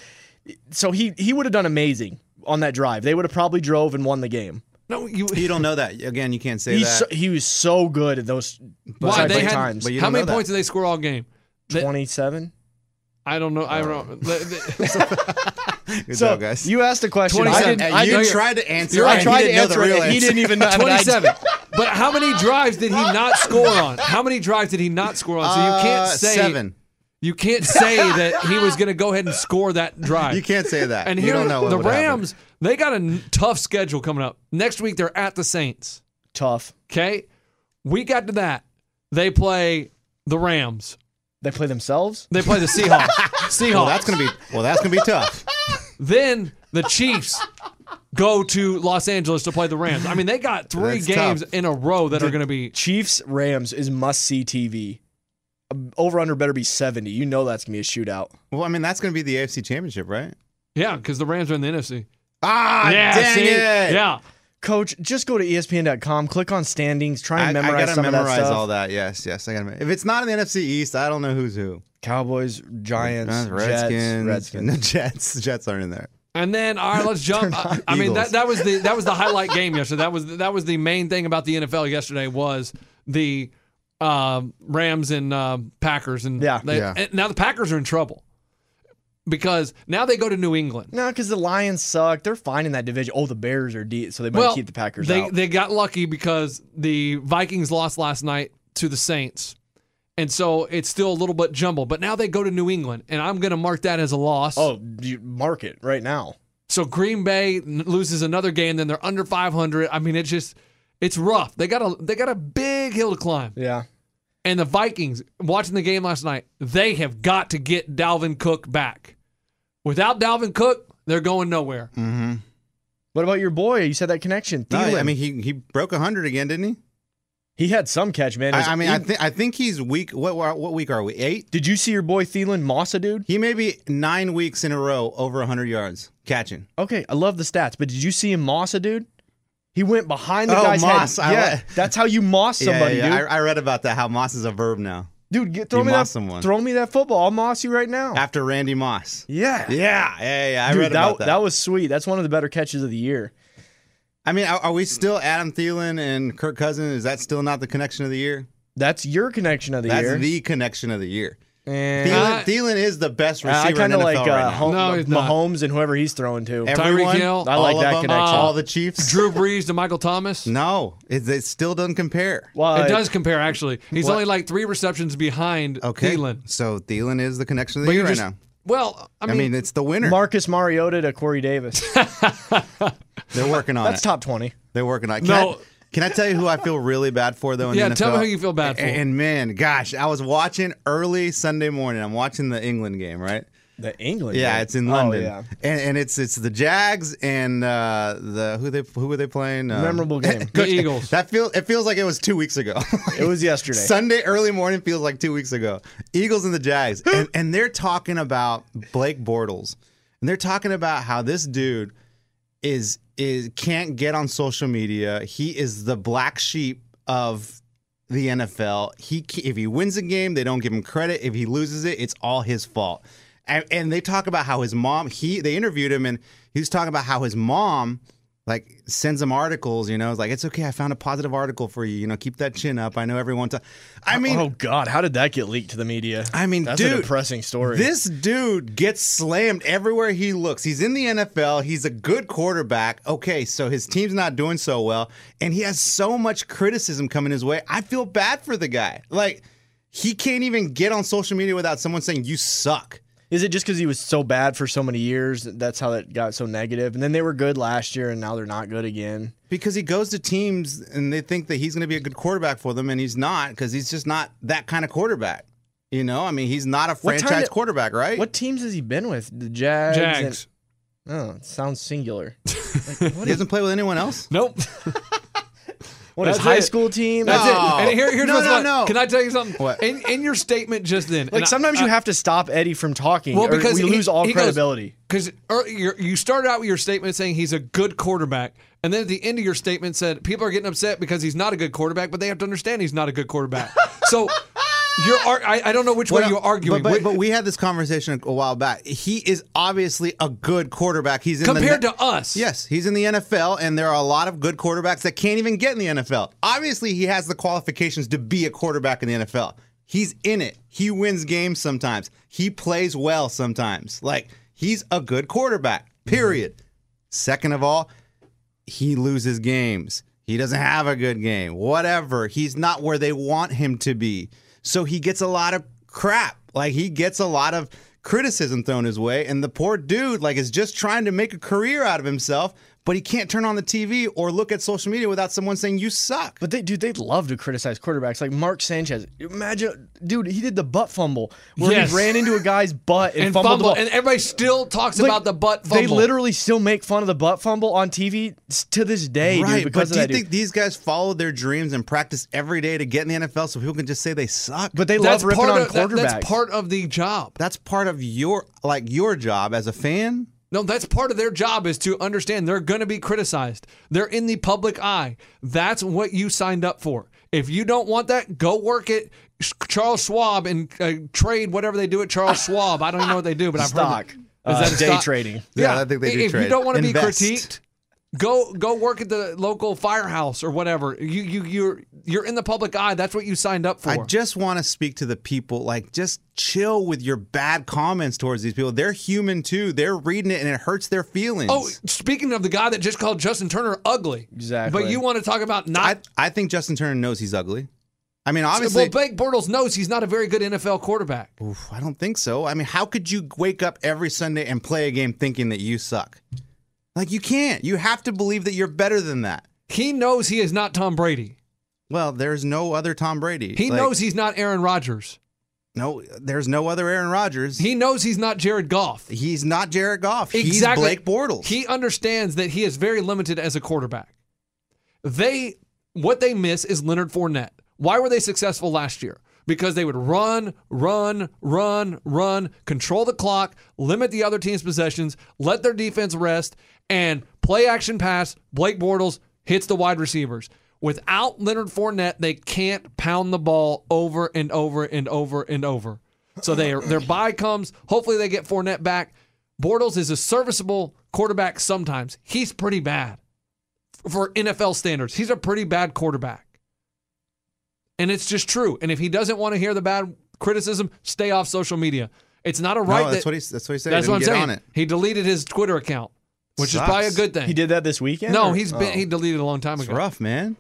so he he would have done amazing on that drive. They would have probably drove and won the game. No, you. You don't know that. Again, you can't say He's that. so, he was so good at those Why type they of had? times. but you how don't many know that. points did they score all game? They- Twenty seven. I don't know. I Uh, don't know. Good So job, guys. you asked a question. I 27. didn't. Hey, I, you know you're- tried to answer. you're it, I right. and tried he to didn't know answer the it. real and He answer. didn't even. know. I mean, I- 27. but how many drives did he not score on? How many drives did he not score on? So you can't Uh, say seven. You can't say that he was going to go ahead and score that drive. You can't say that. And you here, don't know what the would happen. Rams, they got a n- tough schedule coming up. Next week, they're at the Saints. Tough. Okay. We got to that. They play the Rams. They play themselves. They play the Seahawks. Seahawks. Well, that's gonna be. Well, that's gonna be tough. then the Chiefs go to Los Angeles to play the Rams. I mean, they got three That's games tough. in a row that are going to be. Chiefs Rams is must see TV. Over under better be seventy. You know that's gonna be a shootout. Well, I mean, that's gonna be the AFC Championship, right? Yeah, because the Rams are in the NFC. Ah, yeah, dang see? it! Yeah. Coach, just go to E ESPN.com, click on standings, try I, I and memorize gotta some memorize of that stuff. all that. Yes, yes, I gotta. mem- If it's not in the NFC East, I don't know who's who. Cowboys, Giants, Uh, Jets, Redskins, Redskins. No, Jets, Jets aren't in there. And then all right, let's jump. I, I mean that Eagles. that was the that was the highlight game yesterday. That was that was the main thing about the NFL yesterday was the um, Rams and um Packers and Yeah. they- Yeah. and now the Packers are in trouble because now they go to New England. No, because the Lions suck. They're fine in that division. Oh, the Bears are deep, so they might well, keep the Packers they out. they got lucky because the Vikings lost last night to the Saints, and so it's still a little bit jumbled. But now they go to New England, and I'm going to mark that as a loss. oh, you mark it right now. So Green Bay n- loses another game, then they're under 500. I mean, it's just it's rough. They got a they got a big hill to climb. Yeah. And the Vikings, watching the game last night, they have got to get Dalvin Cook back. Without Dalvin Cook, they're going nowhere. Hmm. What about your boy? You said that connection. No, Thielen. I mean, he he broke hundred again, didn't he? he had some catch, man. It was- I, I mean, I he- think I think he's week. What what week are we? Eight. did you see your boy Thielen Mossa, dude? He may be nine weeks in a row over hundred yards catching. Okay, I love the stats, but did you see him Mossa, dude? He went behind the Oh, guy's moss, head. I yeah, like- that's how you moss Yeah, somebody, yeah, dude. I, I read about that. How Moss is a verb now Dude, get, throw You me that. moss someone. Throw me that football. I'll moss you right now. after Randy Moss. yeah. Yeah, yeah, yeah. I Dude, read about that. was sweet. That's one of the better catches of the year. I mean, are, are we still Adam Thielen and Kirk Cousins? Is that still not the connection of the year? That's your connection of the That's year. the connection of the year. and Thielen, I- Thielen is the best I- I receiver in kind NFL of like right uh, now. Hol- No, he's not. Mahomes and whoever he's throwing to. Everyone, Hill. I like all of that them, connection. All the Chiefs. Drew Brees to Michael Thomas. No, it, it still doesn't compare. Well, uh, it does compare actually. He's only like three receptions behind Okay, Thielen. so Thielen is the connection of the But year you're right just now. well, I I mean, mean, it's the winner. Marcus Mariota to Corey Davis. They're working on That's it. top twenty. They're working on it. Can, No. I, can I tell you who I feel really bad for though? In Yeah, the tell me NFL? who you feel bad for. A- And, man, gosh, I was watching early Sunday morning. I'm watching the England game, right? The England. Yeah, game. it's in Oh, London, yeah. and, and it's it's the Jags and uh, the who they who were they playing? Um, Memorable game. the Eagles. That feel it feels like it was two weeks ago. It was yesterday. Sunday early morning feels like two weeks ago. Eagles and the Jags, and, and they're talking about Blake Bortles, and they're talking about how this dude is is can't get on social media. He is the black sheep of the NFL. He ca- if he wins a game, they don't give him credit. If he loses it, it's all his fault. And, and they talk about how his mom. He they interviewed him, and he was talking about how his mom like sends him articles. You know, it's like it's okay. I found a positive article for you. You know, keep that chin up. I know everyone. Ta- I mean, oh God, how did that get leaked to the media? I mean, that's a dude, depressing story. This dude gets slammed everywhere he looks. He's in the NFL. He's a good quarterback. Okay, so his team's not doing so well, and he has so much criticism coming his way. I feel bad for the guy. Like, he can't even get on social media without someone saying, You suck. is it just because he was so bad for so many years? That's how that got so negative. And then they were good last year, and now they're not good again. Because he goes to teams and they think that he's going to be a good quarterback for them, and he's not because he's just not that kind of quarterback. You know, I mean, he's not a What time franchise did- quarterback, right? What teams has he been with? The Jags. and- Jags. oh, it sounds singular. He doesn't play with anyone else. Nope. What his That's high it. school team? That's No. it. And here, here's No, what's no, fun. no. Can I tell you something? What? In, in your statement just then, Like sometimes you have to stop Eddie from talking, Well, or because we he- lose all he goes- credibility. because you started out with your statement saying he's a good quarterback, and then at the end of your statement said people are getting upset because he's not a good quarterback, but they have to understand he's not a good quarterback. so You're ar- I, I don't know which way Well, you're arguing. But, Wait, but, but we had this conversation a while back. He is obviously a good quarterback. He's in compared the, to us, Yes, he's in the NFL, and there are a lot of good quarterbacks that can't even get in the NFL. Obviously, he has the qualifications to be a quarterback in the NFL. He's in it. He wins games sometimes. He plays well sometimes. Like, he's a good quarterback, period. Second of all, he loses games. He doesn't have a good game. Whatever. He's not where they want him to be. So he gets a lot of crap. Like he gets a lot of criticism thrown his way and the poor dude like is just trying to make a career out of himself, but he can't turn on the TV or look at social media without someone saying you suck. But they, dude, they love to criticize quarterbacks like Mark Sanchez. Imagine, dude, he did the butt fumble where Yes. he ran into a guy's butt and, and fumbled fumble, the ball. and everybody still talks Like, about the butt fumble. They literally still make fun of the butt fumble on TV s- to this day, dude, right, but because do you of that. dude. think these guys follow their dreams and practice every day to get in the NFL so people can just say they suck? but they that's love ripping part on of that- quarterbacks. that's part of the job. that's part of your like your job as a fan. No, that's part of their job is to understand they're going to be criticized. They're in the public eye. That's what you signed up for. If you don't want that, go work at Sh- Charles Schwab and uh, trade whatever they do at Charles Schwab. I don't even know what they do, but I've stock. heard Uh, that- Is that a day stock? trading. Yeah, I think they i- do If trade. you don't want to be Invest. critiqued, go go work at the local firehouse or whatever. You you you're you're in the public eye. That's what you signed up for. I just want to speak to the people. Like, just chill with your bad comments towards these people. They're human too. They're reading it and it hurts their feelings. oh, speaking of the guy that just called Justin Turner ugly. Exactly. But you want to talk about not I, I think Justin Turner knows he's ugly. I mean, obviously, well, Blake Bortles knows he's not a very good NFL quarterback. Oof, I don't think so. I mean, how could you wake up every Sunday and play a game thinking that you suck? Like, you can't. You have to believe that you're better than that. He knows he is not Tom Brady. Well, there's no other Tom Brady. He Like, knows he's not Aaron Rodgers. no. There's no other Aaron Rodgers. He knows he's not Jared Goff. he's not Jared Goff. He's Blake Bortles. He understands that he is very limited as a quarterback. They what they miss is Leonard Fournette. Why were they successful last year? Because they would run, run, run, run, control the clock, limit the other team's possessions, let their defense rest, and play action pass. Blake Bortles hits the wide receivers. Without Leonard Fournette, they can't pound the ball over and over and over and over. So they, their bye comes. Hopefully, they get Fournette back. Bortles is a serviceable quarterback sometimes. He's pretty bad for NFL standards. He's a pretty bad quarterback. And it's just true. And if he doesn't want to hear the bad criticism, stay off social media. It's not a no, right that's that- what he. That's what he said. that's he what I'm didn't get saying. on it. He deleted his Twitter account, which Sucks. is probably a good thing. He did that this weekend. No, or- he's been, he deleted a long time It's ago. Oh. rough, man.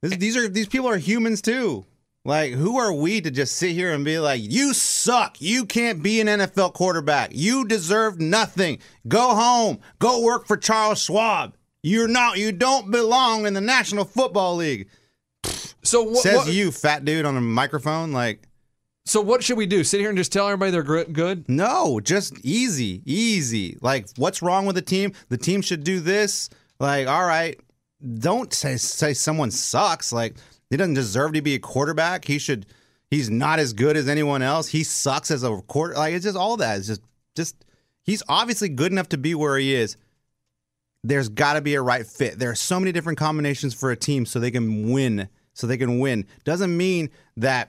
This, these are these people are humans too. Like, who are we to just sit here and be like, "You suck. You can't be an NFL quarterback. You deserve nothing. Go home. Go work for Charles Schwab. You're not. You don't belong in the National Football League." So what, Says what- you, fat dude, on a microphone. Like, so what should we do? Sit here and just tell everybody they're gr- good? no, just easy, easy. Like, what's wrong with the team? The team should do this. Like, all right, don't say say someone sucks. Like, he doesn't deserve to be a quarterback. He should. He's not as good as anyone else. He sucks as a quarter. Like, it's just all that. It's just just he's obviously good enough to be where he is. There's got to be a right fit. There are so many different combinations for a team so they can win. So they can win doesn't mean that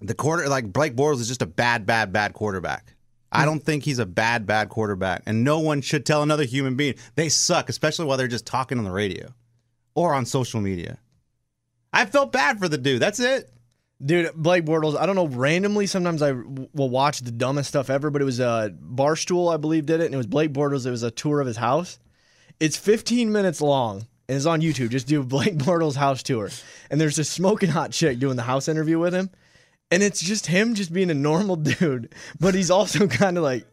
the quarter like Blake Bortles is just a bad, bad, bad quarterback. Hmm. I don't think he's a bad, bad quarterback, and no one should tell another human being they suck, especially while they're just talking on the radio or on social media. I felt bad for the dude. That's it. Dude, Blake Bortles, I don't know, randomly sometimes I w- will watch the dumbest stuff ever, but it was uh, Barstool, I believe, did it, and it was Blake Bortles. It was a tour of his house. It's 15 minutes long, and it's on YouTube. Just do Blake Bortles house tour. And there's this smoking hot chick doing the house interview with him. And it's just him just being a normal dude, but he's also kind of like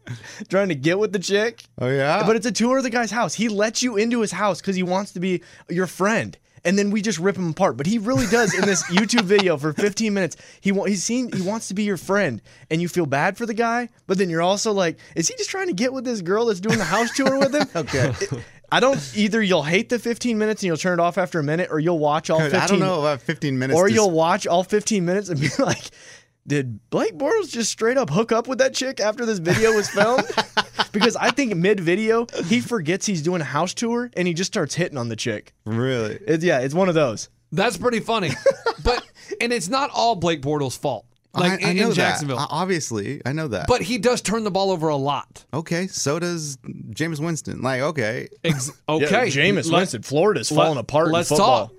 trying to get with the chick. Oh yeah, But it's a tour of the guy's house. He lets you into his house because he wants to be your friend. And then we just rip him apart. But he really does in this YouTube video for 15 minutes. He wa- he's seen he wants to be your friend, and you feel bad for the guy. But then you're also like, is he just trying to get with this girl that's doing the house tour with him? okay. I don't either. You'll hate the 15 minutes and you'll turn it off after a minute, or you'll watch all 15. I don't know about 15 minutes. Or to- you'll watch all 15 minutes and be like, did Blake Bortles just straight up hook up with that chick after this video was filmed? because I think mid video, he forgets he's doing a house tour and he just starts hitting on the chick. really. It, yeah, it's one of those. That's pretty funny. but and it's not all Blake Bortles' fault. like I, I in, know in that. Jacksonville. O- Obviously, I know that. but he does turn the ball over a lot. okay, so does James Winston. Like, okay, Ex- Yeah, okay, Jameis Let- Winston, Florida's let- falling apart in Let's football. talk.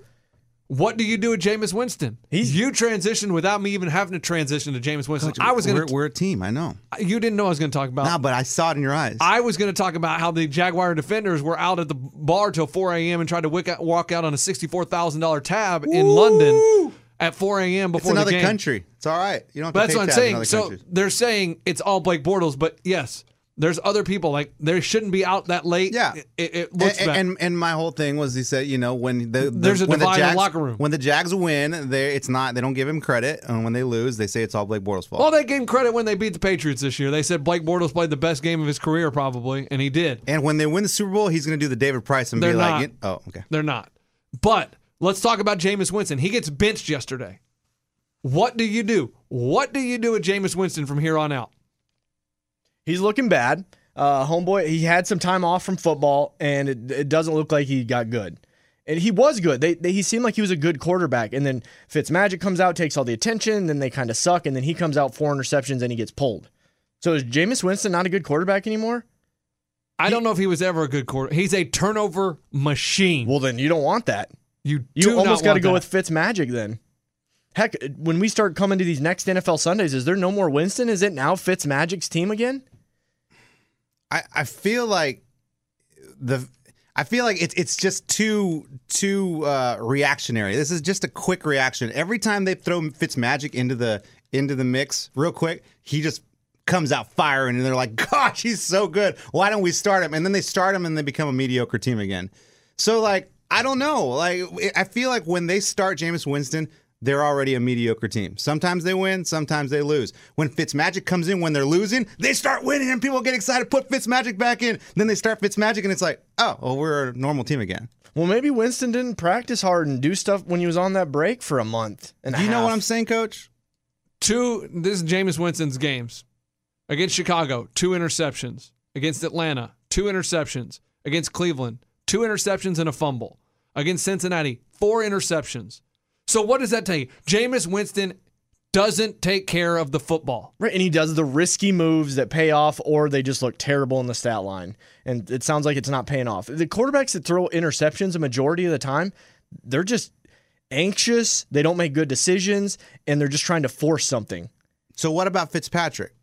What do you do with Jameis Winston? He's- you transitioned without me even having to transition to Jameis Winston. I was we're, gonna. we're a team. I know. you didn't know I was gonna talk about. Nah, but I saw it in your eyes. I was going to talk about how the Jaguar defenders were out at the bar till 4 a.m. and tried to wick out, walk out on a $64,000 tab in London at 4 a.m. it's before another the game. country. It's all right. You don't. Have But that's to pay what I'm tab in saying. other So countries. they're saying it's all Blake Bortles, but yes, there's other people like they shouldn't be out that late. Yeah. it, it- it looks and, bad. and and my whole thing was he said, you know, when the, the There's a when divide in the Jags, locker room. When the Jags win, they it's not they don't give him credit, and when they lose, they say it's all Blake Bortles' fault. well, they gave him credit when they beat the Patriots this year. They said Blake Bortles played the best game of his career, probably, and he did. and when they win the Super Bowl, he's going to do the David Price and be They're like, not. oh, okay. They're not. But let's talk about Jameis Winston. He gets benched yesterday. What do you do? What do you do with Jameis Winston from here on out? He's looking bad. Uh, homeboy, he had some time off from football, and it, it doesn't look like he got good. And he was good. They, they, he seemed like he was a good quarterback. And then Fitzmagic comes out, takes all the attention. Then they kind of suck. And then he comes out four interceptions, and he gets pulled. So is Jameis Winston not a good quarterback anymore? I don't know if he was ever a good quarterback. He's a turnover machine. Well, then you don't want that. you You do not almost got to want go that. with Fitzmagic then. Heck, when we start coming to these next NFL Sundays, is there no more Winston? Is it now Fitzmagic's team again? I, I feel like the I feel like it's it's just too too uh, reactionary. This is just a quick reaction. Every time they throw Fitzmagic into the into the mix, real quick, he just comes out firing, and they're like, "Gosh, he's so good. Why don't we start him?" And then they start him, and they become a mediocre team again. So like, I don't know. Like, I feel like when they start Jameis Winston. They're already a mediocre team. Sometimes they win, sometimes they lose. When Fitzmagic comes in, when they're losing, they start winning and people get excited, put Fitzmagic back in. Then they start Fitzmagic and it's like, oh, well, we're a normal team again. Well, maybe Winston didn't practice hard and do stuff when he was on that break for a month. And a Do you know what half. I'm saying, coach? two. This is Jameis Winston's games against Chicago, two interceptions. Against Atlanta, two interceptions. Against Cleveland, two interceptions and a fumble. Against Cincinnati, four interceptions. So what does that tell you? Jameis Winston doesn't take care of the football. Right, and he does the risky moves that pay off, or they just look terrible in the stat line. And it sounds like it's not paying off. The quarterbacks that throw interceptions a majority of the time, they're just anxious. They don't make good decisions, and they're just trying to force something. So what about Fitzpatrick?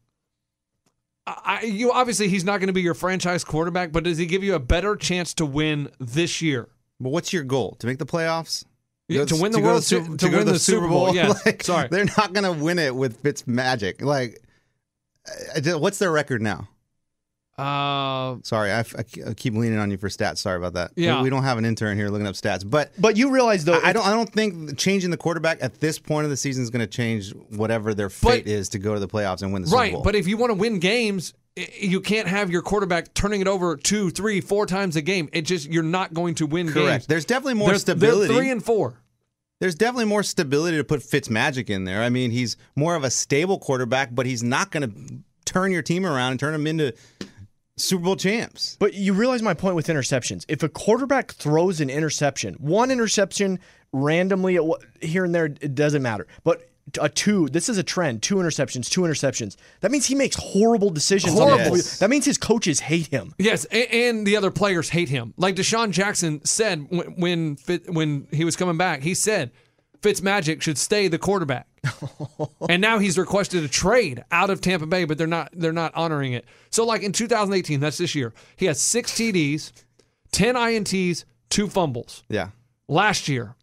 I, I- you obviously he's not going to be your franchise quarterback, but does he give you a better chance to win this year? But what's your goal? To make the playoffs? Yeah, to win the go World Su- Su- to win the Super Bowl, yeah. Like, Sorry. They're not going to win it with Fitzmagic. Like, I- I- what's their record now? Uh, Sorry, I, f- I ke- I keep leaning on you for stats. Sorry about that. We- Yeah. we don't have an intern here looking up stats, but But you realize though, I I don't. I don't think changing the quarterback at this point of the season is going to change whatever their fate But- is to go to the playoffs and win the Super right, Bowl. but if you want to win games, i- you can't have your quarterback turning it over two, three, four times a game. It just you're not going to win correct. games. There's definitely more They're- stability. They're three and four. There's definitely more stability to put Fitzmagic in there. I mean, he's more of a stable quarterback, but he's not going to turn your team around and turn them into Super Bowl champs. But you realize my point with interceptions. If a quarterback throws an interception, one interception randomly at wh- here and there, it doesn't matter. But a two, this is a trend: two interceptions, two interceptions. That means he makes horrible decisions. on the Horrible. field. That means his coaches hate him. Yes, and, and the other players hate him. Like Deshaun Jackson said when when, Fit- when he was coming back, he said Fitzmagic should stay the quarterback. and now he's requested a trade out of Tampa Bay, but they're not they're not honoring it. So like in 2018, that's this year, he has six TDs, ten INTs, two fumbles. Yeah. Last year,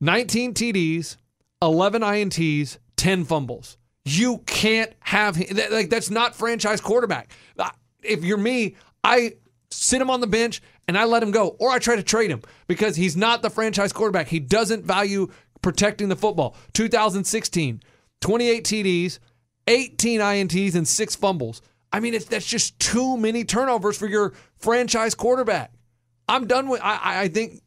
19 TDs, 11 INTs, 10 fumbles. You can't have him. that- like that's not franchise quarterback. I- If you're me, I sit him on the bench and I let him go, or I try to trade him because he's not the franchise quarterback. He doesn't value protecting the football. 2016, 28 TDs, 18 INTs, and six fumbles. I mean, it's, that's just too many turnovers for your franchise quarterback. I'm done with. I- I, I think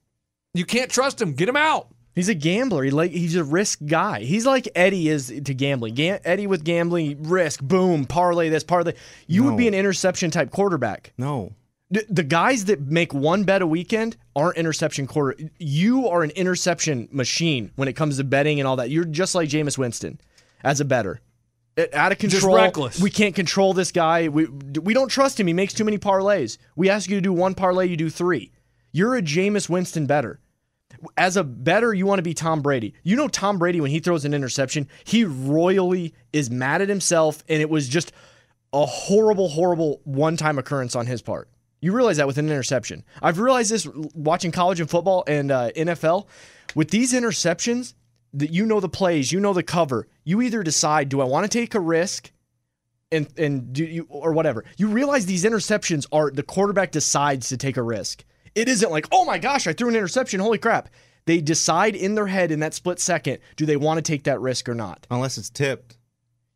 you can't trust him. Get him out. He's a gambler. He like he's a risk guy. He's like Eddie is to gambling. Ga- Eddie with gambling, risk, boom, parlay this, parlay. You would be No. an interception type quarterback. No. The- the guys that make one bet a weekend aren't interception quarter. You are an interception machine when it comes to betting and all that. You're just like Jameis Winston. as a better. It- out of Just control. reckless. We can't control this guy. We we don't trust him. He makes too many parlays. We ask you to do one parlay, you do three. You're a Jameis Winston better. As a better, you want to be Tom Brady. You know Tom Brady when he throws an interception, he royally is mad at himself, and it was just a horrible, horrible one-time occurrence on his part. You realize that with an interception. I've realized this watching college and football and uh, NFL. With these interceptions, that you know the plays, you know the cover. You either decide, do I want to take a risk, and and do you or whatever. You realize these interceptions are the quarterback decides to take a risk. It isn't like, oh my gosh, I threw an interception. Holy crap! They decide in their head in that split second, do they want to take that risk or not? Unless it's tipped.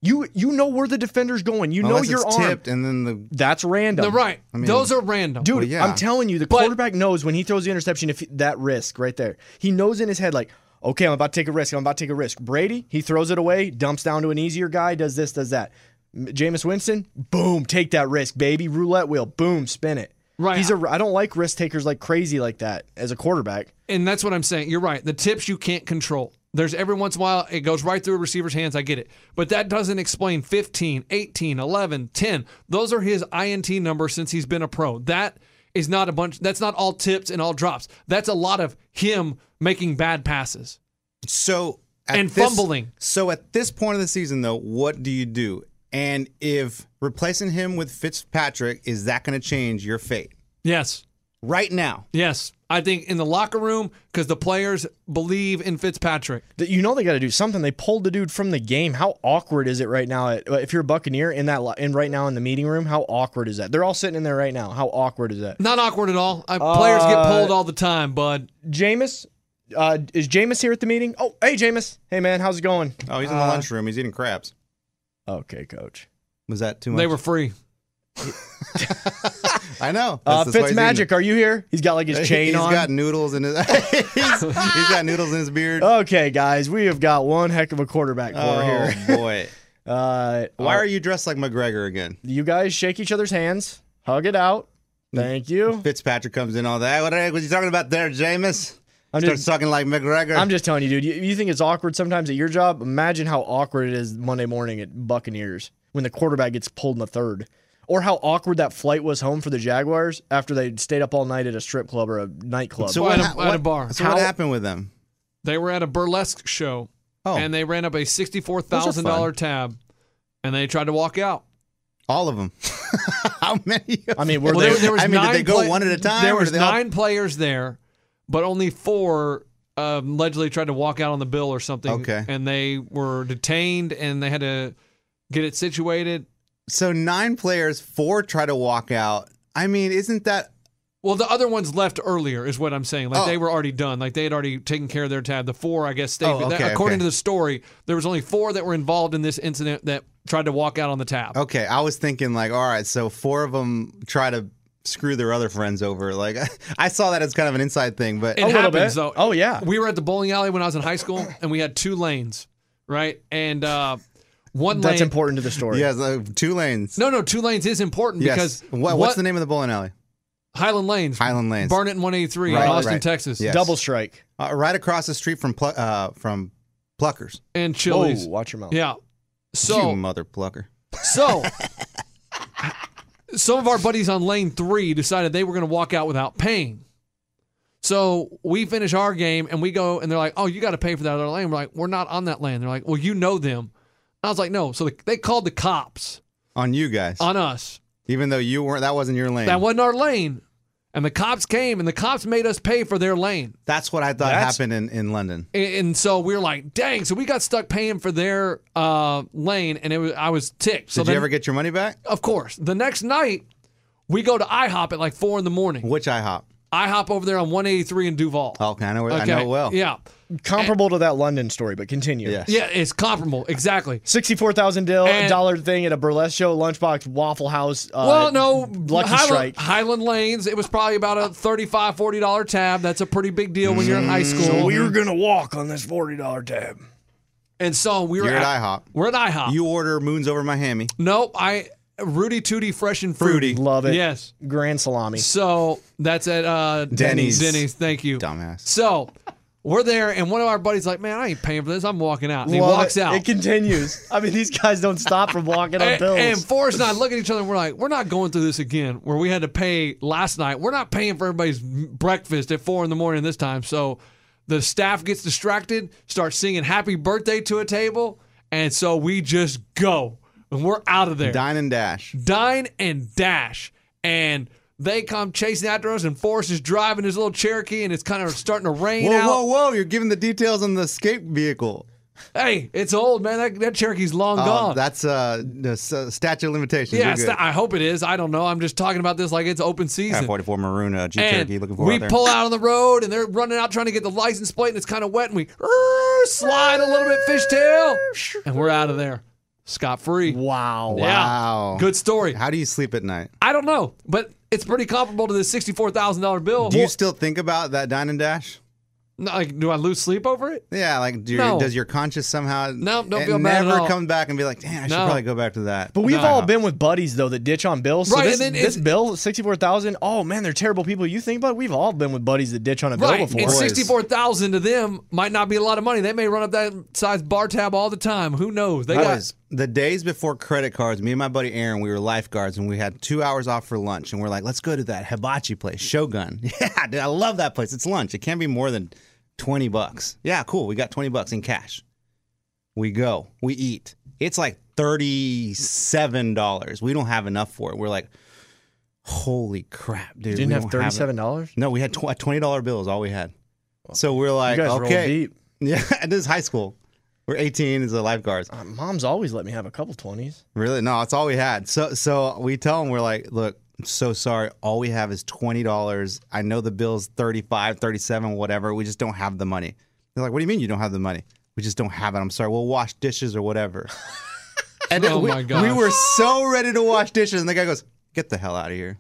You you know where the defender's going. You know Unless your it's arm. tipped, and then the That's random. No, right. mean- Those are random. Dude, Well, yeah. I'm telling you, the But- quarterback knows when he throws the interception if he- that risk right there. He knows in his head, like, okay, I'm about to take a risk. I'm about to take a risk. Brady, he throws it away, dumps down to an easier guy, does this, does that. M- Jameis Winston, boom, take that risk, baby. Roulette wheel, boom, spin it. Right. He's a. I don't like risk takers like crazy like that as a quarterback. and that's what I'm saying. You're right. The tips you can't control. There's every once in a while it goes right through a receiver's hands. I get it. But that doesn't explain 15, 18, 11, 10. Those are his INT numbers since he's been a pro. That is not a bunch. That's not all tips and all drops. That's a lot of him making bad passes. So at And this- fumbling. So at this point of the season, though, what do you do? And if replacing him with Fitzpatrick is that going to change your fate Yes. right now? Yes. I think in the locker room, because the players believe in Fitzpatrick. That you know they got to do something. They pulled the dude from the game. How awkward is it right now? At, uh, if you're a Buccaneer in that, li- in right now in the meeting room, how awkward is that? They're all sitting in there right now. How awkward is that? Not awkward at all. I, players get pulled all the time, bud. Jameis. Uh, is Jameis here at the meeting? Oh, hey, Jameis. Hey, man, how's it going? Oh, Uh, he's in the lunchroom. He's eating crabs. Okay, coach. Was that too much? They were free. I know. Uh, That's- that's why Fitz he's eating Magic, are you here? He's got like them. his chain He's on. got noodles in his. he's, he's got noodles in his beard. Oh, okay, guys, we have got one heck of a quarterback core Oh, here. boy. Uh, Why are you dressed like McGregor again? you guys shake each other's hands, hug it out. Thank you. Fitzpatrick comes in all that. What are what you talking about there, Jameis? I'm Starts just- talking like McGregor. I'm just telling you, dude. You, you think it's awkward sometimes at your job? Imagine how awkward it is Monday morning at Buccaneers when the quarterback gets pulled in the third, or how awkward that flight was home for the Jaguars after they stayed up all night at a strip club or a nightclub. so Well, what, at a- hap- at a what- bar. So How- what happened with them? They were at a burlesque show. Oh. And they ran up a sixty-four thousand Those dollar tab, and they tried to walk out. All of them. How many? Of I mean, were Well, they? there, there was I mean, did nine they go play- one at a time? There or was did they all- nine players there, but only four um, allegedly tried to walk out on the bill or something. Okay. and they were detained, and they had to get it situated. So nine players, four try to walk out. I mean, isn't that Well, the other ones left earlier, is what I'm saying. Like Oh. they were already done. Like they had already taken care of their tab. The four, I guess, stayed. Oh, But that- okay, according okay. to the story, there was only four that were involved in this incident that tried to walk out on the tab. okay? I was thinking like, all right, so four of them try to screw their other friends over. Like, I saw that as kind of an inside thing, but It little happens bit. though. Oh, yeah. We were at the bowling alley when I was in high school, and we had two lanes, right? And uh, one That's lane. important to the story. yeah, so uh, two lanes. No, no, two lanes is important yes. because What- what's the name of the bowling alley? Highland Lanes, Highland Lanes. Barnett and 183 Right, in Austin, right. Texas, Yes. Double strike. Uh, right across the street from Plu- uh, from Pluckers. and Oh, Chili's. watch your mouth. Yeah. you So, mother plucker. so some of our buddies on lane three decided they were going to walk out without paying. So we finish our game and we go and they're like, "Oh, you got to pay for that other lane." We're like, "We're not on that lane." They're like, "Well, you know them." I was like, "No." So the, they called the cops On you guys, on us. even though you weren't. That wasn't your lane. Uh, That wasn't our lane. And the cops came and the cops made us pay for their lane. That's what I thought That's- happened in in London. And, and so we were like, dang. So we got stuck paying for their uh, lane and it was I was ticked. So Did then, you ever get your money back? of course, the next night we go to IHOP at like four in the morning. Which IHOP? IHOP over there on 183 in Duval. Okay, Oh, I know. Where, I know it well. Yeah. Comparable to that London story, but continue. Yes. Yeah, it's comparable. Exactly. Sixty-four thousand dollar And- dollar thing at a burlesque show, lunchbox, Waffle House. Uh, Well, no, Lucky Highland, Strike. Highland Lanes, it was probably about a $35, $40 tab. That's a pretty big deal when you're in Mm. high school. We're gonna walk on this forty-dollar tab. and so we were You're at IHOP. We're at IHOP. You order moons over my hammy. Nope, I Rudy Tooty Fresh and Fruity. Love it. Yes. Grand salami. So that's at uh, Denny's. Denny's. Thank you. Dumbass. So We're there, and one of our buddies like, man, I ain't paying for this. I'm walking out. And he Well, walks it- out. It continues. I mean, these guys don't stop from walking on and, pills. and Forrest and I look at each other and we're like, we're not going through this again where we had to pay last night. We're not paying for everybody's breakfast at four in the morning this time. So the staff gets distracted, starts singing happy birthday to a table. And so we just go and we're out of there. Dine and dash. Dine and dash. And they come chasing after us, and Forrest is driving his little Cherokee, and it's kind of starting to rain Whoa, out. whoa, whoa! You're giving the details on the escape vehicle. Hey, it's old, man. That, that Cherokee's long Oh, gone. that's uh, the s- statute of limitations. yeah, You're it's good. not- I hope it is. I don't know. I'm just talking about this like it's open Yeah, season. 44 maroon uh, Jeep and Cherokee. Looking for we out there. pull out on the road, and they're running out trying to get the license plate, and it's kind of wet, and we err, slide a little bit fishtail, and we're out of there, scot free. wow. Wow. Good story. How do you sleep at night? I don't know, but it's pretty comparable to the sixty-four thousand dollar bill. Do you still think about that dine and dash? No, like, do I lose sleep over it? Yeah, like do your, No. does your conscience somehow No, don't it feel bad at never all. come back and be like, damn, I should No. probably go back to that. But we've No. all been with buddies though that ditch on bills. So Right, this, and then this it's- bill, sixty-four thousand. Oh man, they're terrible people. You think about? It, we've all been with buddies that ditch on a bill Right, before. and Boys. sixty-four thousand to them might not be a lot of money. They may run up that size bar tab all the time. Who knows? They got Boys, the days before credit cards, me and my buddy Aaron, we were lifeguards and we had two hours off for lunch. And we're like, let's go to that hibachi place, Shogun. Yeah, dude, I love that place. It's lunch. It can't be more than 20 bucks. Yeah, cool. We got 20 bucks in cash. We go, we eat. It's like $37. We don't have enough for it. We're like, holy crap, dude. you we didn't have don't it. thirty-seven dollars. No, we had tw- $20 bills, all we had. So we're You like, guys roll okay. deep. Yeah, and this is high school. We're 18 as a lifeguards. Uh, Mom's always let me have a couple twenties. Really? No, that's all we had. So so we tell them we're like, look, I'm so sorry. All we have is twenty dollars. I know the bill's 35, 37, whatever. We just don't have the money. They're like, what do you mean you don't have the money? We just don't have it. I'm sorry. We'll wash dishes or whatever. and Oh we, my gosh. we were so ready to wash dishes, and the guy goes, "Get the hell out of here."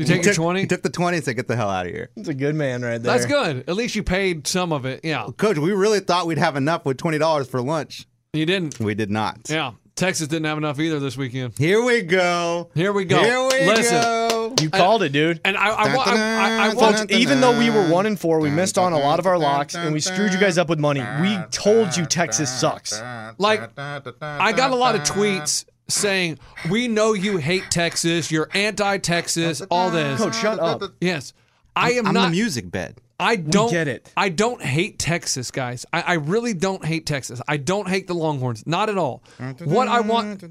you take your took, twenty. He took the twenty and said, "Get the hell out of here." That's a good man right there. That's good. At least you paid some of it. Yeah, Coach, we really thought we'd have enough with twenty dollars for lunch. you didn't. We did not. Yeah, Texas didn't have enough either this weekend. Here we go. Here we go. Here we Listen. go. You called it, dude. And I, I, wa- I, I, I, Folks, want. even though we were one and four, we missed on a lot of our locks, and we screwed you guys up with money. We told you Texas sucks. Like, I got a lot of tweets saying, "We know you hate Texas. You're anti-Texas. All this." Coach, shut up. Yes, I am I'm not. the music bed. I don't get it. I don't hate Texas, guys. I, I really don't hate Texas. I don't hate the Longhorns, not at all. What I want,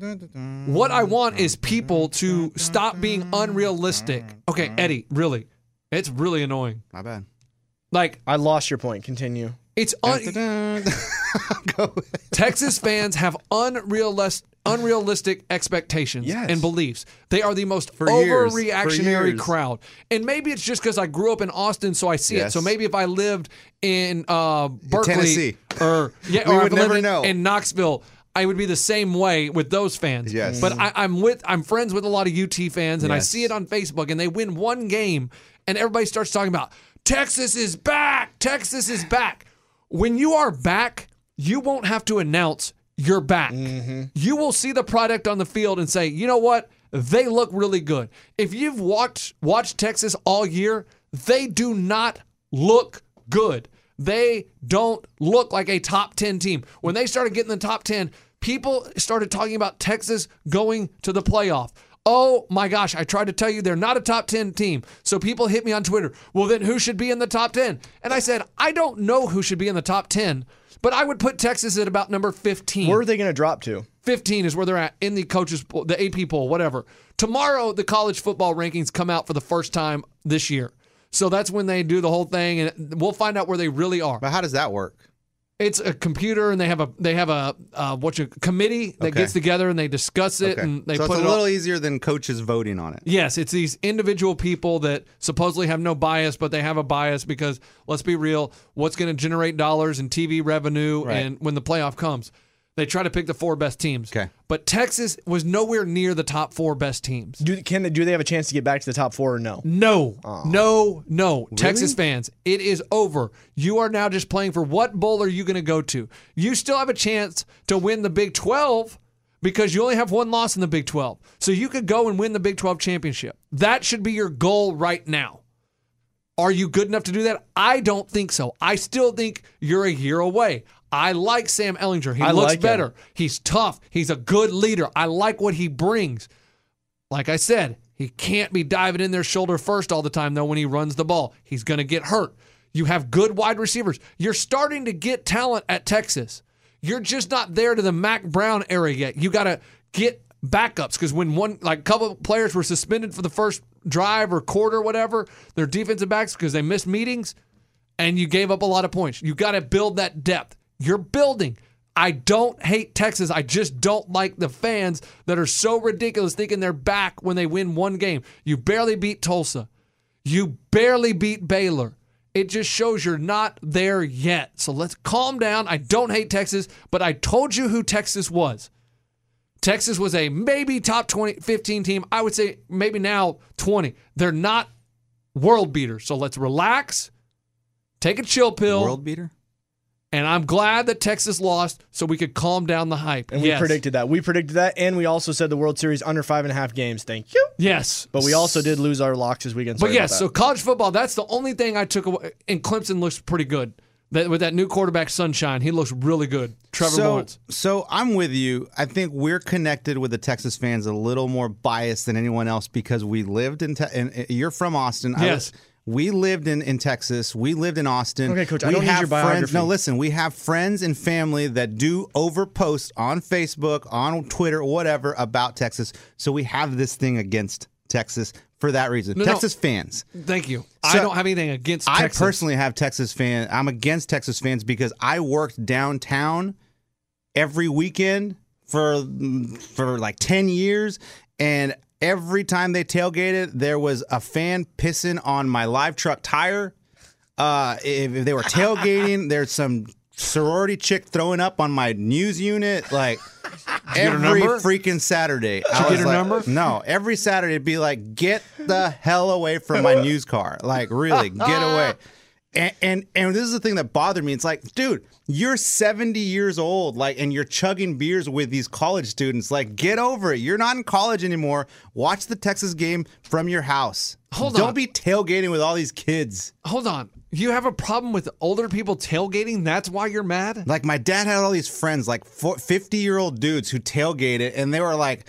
what I want is people to stop being unrealistic. Okay, Eddie, really, it's really annoying. My bad. Like I lost your point. Continue. it's un- Texas fans have unrealis- unrealistic expectations Yes. and beliefs. They are the most years. For overreactionary years. crowd. And maybe it's just because I grew up in Austin, so I see it. Yes. So maybe if I lived in uh, Berkeley Tennessee. or yeah, We or if would I lived never in, know. in Knoxville. I would be the same way with those fans. Yes. But I, I'm with I'm friends with a lot of UT fans and I Yes. see it on Facebook and they win one game and everybody starts talking about Texas is back. Texas is back. When you are back, you won't have to announce you're back. Mm-hmm. You will see the product on the field and say, you know what? They look really good. If you've watched watched Texas all year, they do not look good. They don't look like a top 10 team. When they started getting in the top 10, people started talking about Texas going to the playoff. Oh my gosh, I tried to tell you they're not a top 10 team. So people hit me on Twitter. Well, then who should be in the top 10? And I said, I don't know who should be in the top 10, but I would put Texas at about number 15. Where are they going to drop to? 15 is where they're at in the coaches poll, the AP poll, whatever. Tomorrow the college football rankings come out for the first time this year. So that's when they do the whole thing and we'll find out where they really are. But how does that work? It's a computer and they have a they have a uh, what you committee that Okay. gets together and they discuss it and they so put it's a it all- little easier than coaches voting on it. Yes, it's these individual people that supposedly have no bias, but they have a bias because let's be real, what's going to generate dollars and TV revenue and when the playoff comes? They try to pick the four best teams. Okay. But Texas was nowhere near the top four best teams. Do can they, do they have a chance to get back to the top four or no? No, no, no. Texas fans, it is over. You are now just playing for what bowl are you going to go to? You still have a chance to win the Big 12 because you only have one loss in the Big 12. So you could go and win the Big 12 championship. That should be your goal right now. Are you good enough to do that? I don't think so. I still think you're a year away. I like Sam Ellinger. He I looks like him. better. He's tough. He's a good leader. I like what he brings. Like I said, he can't be diving in their shoulder first all the time, though, when he runs the ball. He's going to get hurt. You have good wide receivers. You're starting to get talent at Texas. You're just not there to the Mac Brown area yet. You got to get backups because when one, like, couple players were suspended for the first drive or quarter, whatever, their defensive backs because they missed meetings and you gave up a lot of points. You got to build that depth. You're building. I don't hate Texas. I just don't like the fans that are so ridiculous thinking they're back when they win one game. You barely beat Tulsa. You barely beat Baylor. It just shows you're not there yet. So let's calm down. I don't hate Texas, but I told you who Texas was. Texas was a maybe top 20, 15 team. I would say maybe now 20. They're not world beaters. So let's relax, take a chill pill. World beater? And I'm glad that Texas lost so we could calm down the hype. And Yes. we predicted that. We predicted that, and we also said the World Series under five and a half games. Thank you. Yes. But we also did lose our locks this weekend. Sorry but about yes, that. so college football, that's the only thing I took away. And Clemson looks pretty good. That, with that new quarterback, Sunshine, he looks really good. Trevor so, Lawrence. So I'm with you. I think we're connected with the Texas fans a little more biased than anyone else because we lived in. Te- and uh, you're from Austin. I Yes. was- we lived in, in Texas. We lived in Austin. Okay, Coach, I We don't need have your friends. biography. No, listen. We have friends and family that do overpost on Facebook, on Twitter, whatever about Texas. So we have this thing against Texas for that reason. No, no. Texas fans. Thank you. I So- don't have anything against I Texas. personally have Texas fan. I'm against Texas fans because I worked downtown every weekend for for like 10 years and every time they tailgated there was a fan pissing on my live truck tire. Uh if, if they were tailgating, there's some sorority chick throwing up on my news unit like Every number? freaking Saturday, I you get was her like- number? No, every Saturday it'd be like, "Get the hell away from my news car!" Like, really, get away. And, and and this is the thing that bothered me. It's like, dude, you're 70 years old, like, and you're chugging beers with these college students. Like, get over it. You're not in college anymore. Watch the Texas game from your house. Hold Don't on. be tailgating with all these kids. Hold on. You have a problem with older people tailgating? That's why you're mad? Like my dad had all these friends, like 50 year old dudes who tailgated, and they were like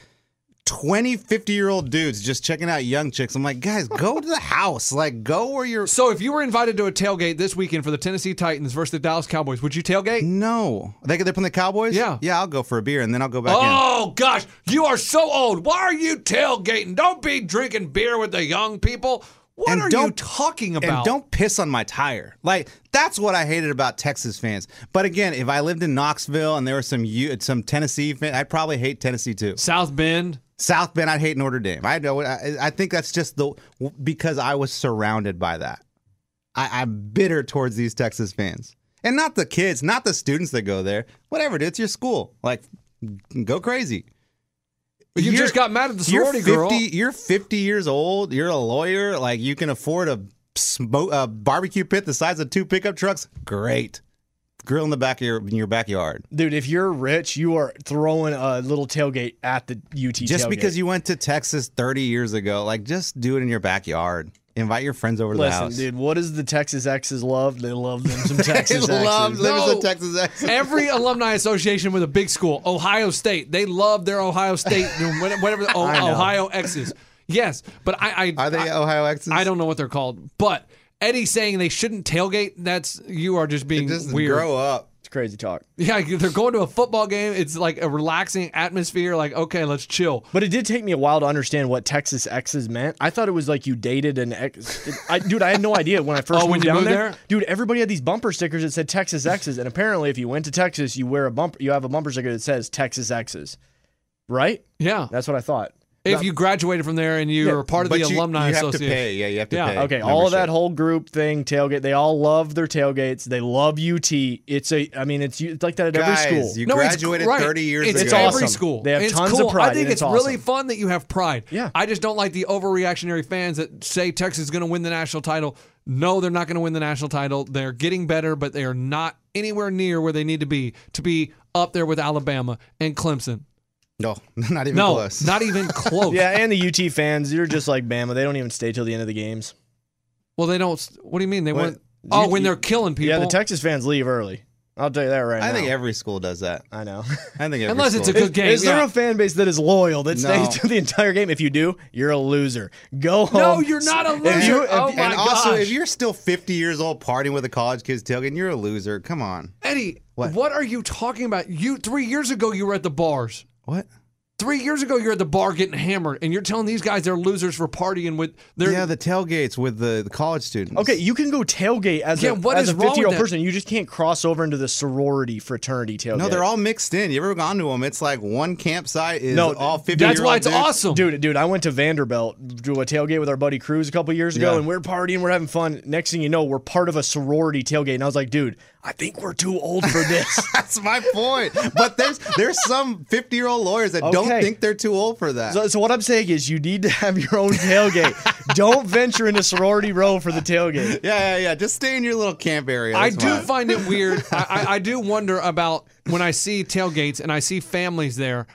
20, 50 year old dudes just checking out young chicks. I'm like, guys, go to the house. Like, go where you're. So if you were invited to a tailgate this weekend for the Tennessee Titans versus the Dallas Cowboys, would you tailgate? No. They, they're playing the Cowboys? Yeah. Yeah, I'll go for a beer and then I'll go back in. Oh gosh, you are so old. Why are you tailgating? Don't be drinking beer with the young people. What And are you don't- talking about? And don't piss on my tire. Like that's what I hated about Texas fans. But again, if I lived in Knoxville and there were some U- some Tennessee fan, I'd probably hate Tennessee too. South Bend. South Bend, I'd hate Notre Dame. I know. I, I think that's just the because I was surrounded by that. I, I'm bitter towards these Texas fans, and not the kids, not the students that go there. Whatever, dude, it's your school. Like, go crazy. You You're- just got mad at the You're sorority 50. girl. You're 50 years old. You're a lawyer. Like, you can afford a smoke a barbecue pit the size of two pickup trucks. Great. Grill in the back of your in your backyard. dude, if you're rich, you are throwing a little tailgate at the UT. Just tailgate. because you went to Texas 30 years ago, like just do it in your backyard. Invite your friends over to the listen, house. dude, what does the Texas X's love? They love them some They Texas X's. love them No. some Texas X's. Every alumni association with a big school, Ohio State, they love their Ohio State, you know, whatever the I know. Ohio X's. Yes, but I, I Are they I, Ohio X's? I don't know what they're called, but Eddie saying they shouldn't tailgate. That's you are just being Just weird. grow up. It's crazy talk. Yeah, they're going to a football game. It's like a relaxing atmosphere. Like okay, let's chill. But it did take me a while to understand what Texas X's meant. I thought it was like you dated an ex. I, dude, I had no idea when I first Oh, moved when you down moved there. there? Dude, everybody had these bumper stickers that said Texas X's, and apparently, if you went to Texas, you wear a bumper. You have a bumper sticker that says Texas X's, right? Yeah, That's what I thought. If you graduated from there and you Yeah, were part of But the you, alumni you have to association, pay. Yeah, you have to Yeah. pay. Okay, all that membership. whole group thing, tailgate. They all love their tailgates. They love UT. It's a. I mean, it's, it's like that at Guys, every school. you No, it's graduated great. 30 years it's ago. It's every awesome. school. They have it's tons of cool. I pride, think and it's, it's really awesome. fun that you have pride. Yeah. I just don't like the overreactionary fans that say Texas is going to win the national title. No, they're not going to win the national title. They're getting better, but they are not anywhere near where they need to be to be up there with Alabama and Clemson. No, not even No, close. not even close. Yeah, and the UT fans, you're just like Bama. They don't even stay till the end of the games. Well, they don't. What do you mean they What- weren't? Oh, when they're killing people. Yeah, the Texas fans leave early. I'll tell you that right now. I think every school does that. I know. I think every Unless it's school. a good game. is there yeah. a fan base that is loyal that No. stays to the entire game? If you do, you're a loser. Go home. No, you're not a loser. If you, if- oh and my also, gosh. if you're still 50 years old partying with a college kid's tailgate, you're a loser. Come on. Eddie, what? What? are you talking about? You three years ago you were at the bars. What? Three years ago you're at the bar getting hammered, and you're telling these guys they're losers for partying with their yeah, the tailgates with the, the college students. Okay, you can go tailgate as Yeah, a what as is a wrong with 50 year old that? person. You just can't cross over into the sorority fraternity tailgate. No, they're all mixed in. You ever gone to them? It's like one campsite is No, all 50 That's year why old it's dudes. awesome. Dude, dude, I went to Vanderbilt to a tailgate with our buddy Cruz a couple years ago, Yeah. and we're partying, we're having fun. Next thing you know, we're part of a sorority tailgate, and I was like, dude, I think we're too old for this. That's my point. But there's there's some 50 year old lawyers that don't Okay. think they're too old for that. so, so what I'm saying is, you need to have your own tailgate. Don't venture into sorority row for the tailgate. yeah, yeah, yeah. Just stay in your little camp area. I That's do fine. find it weird. I, I, I do wonder about when I see tailgates and I see families there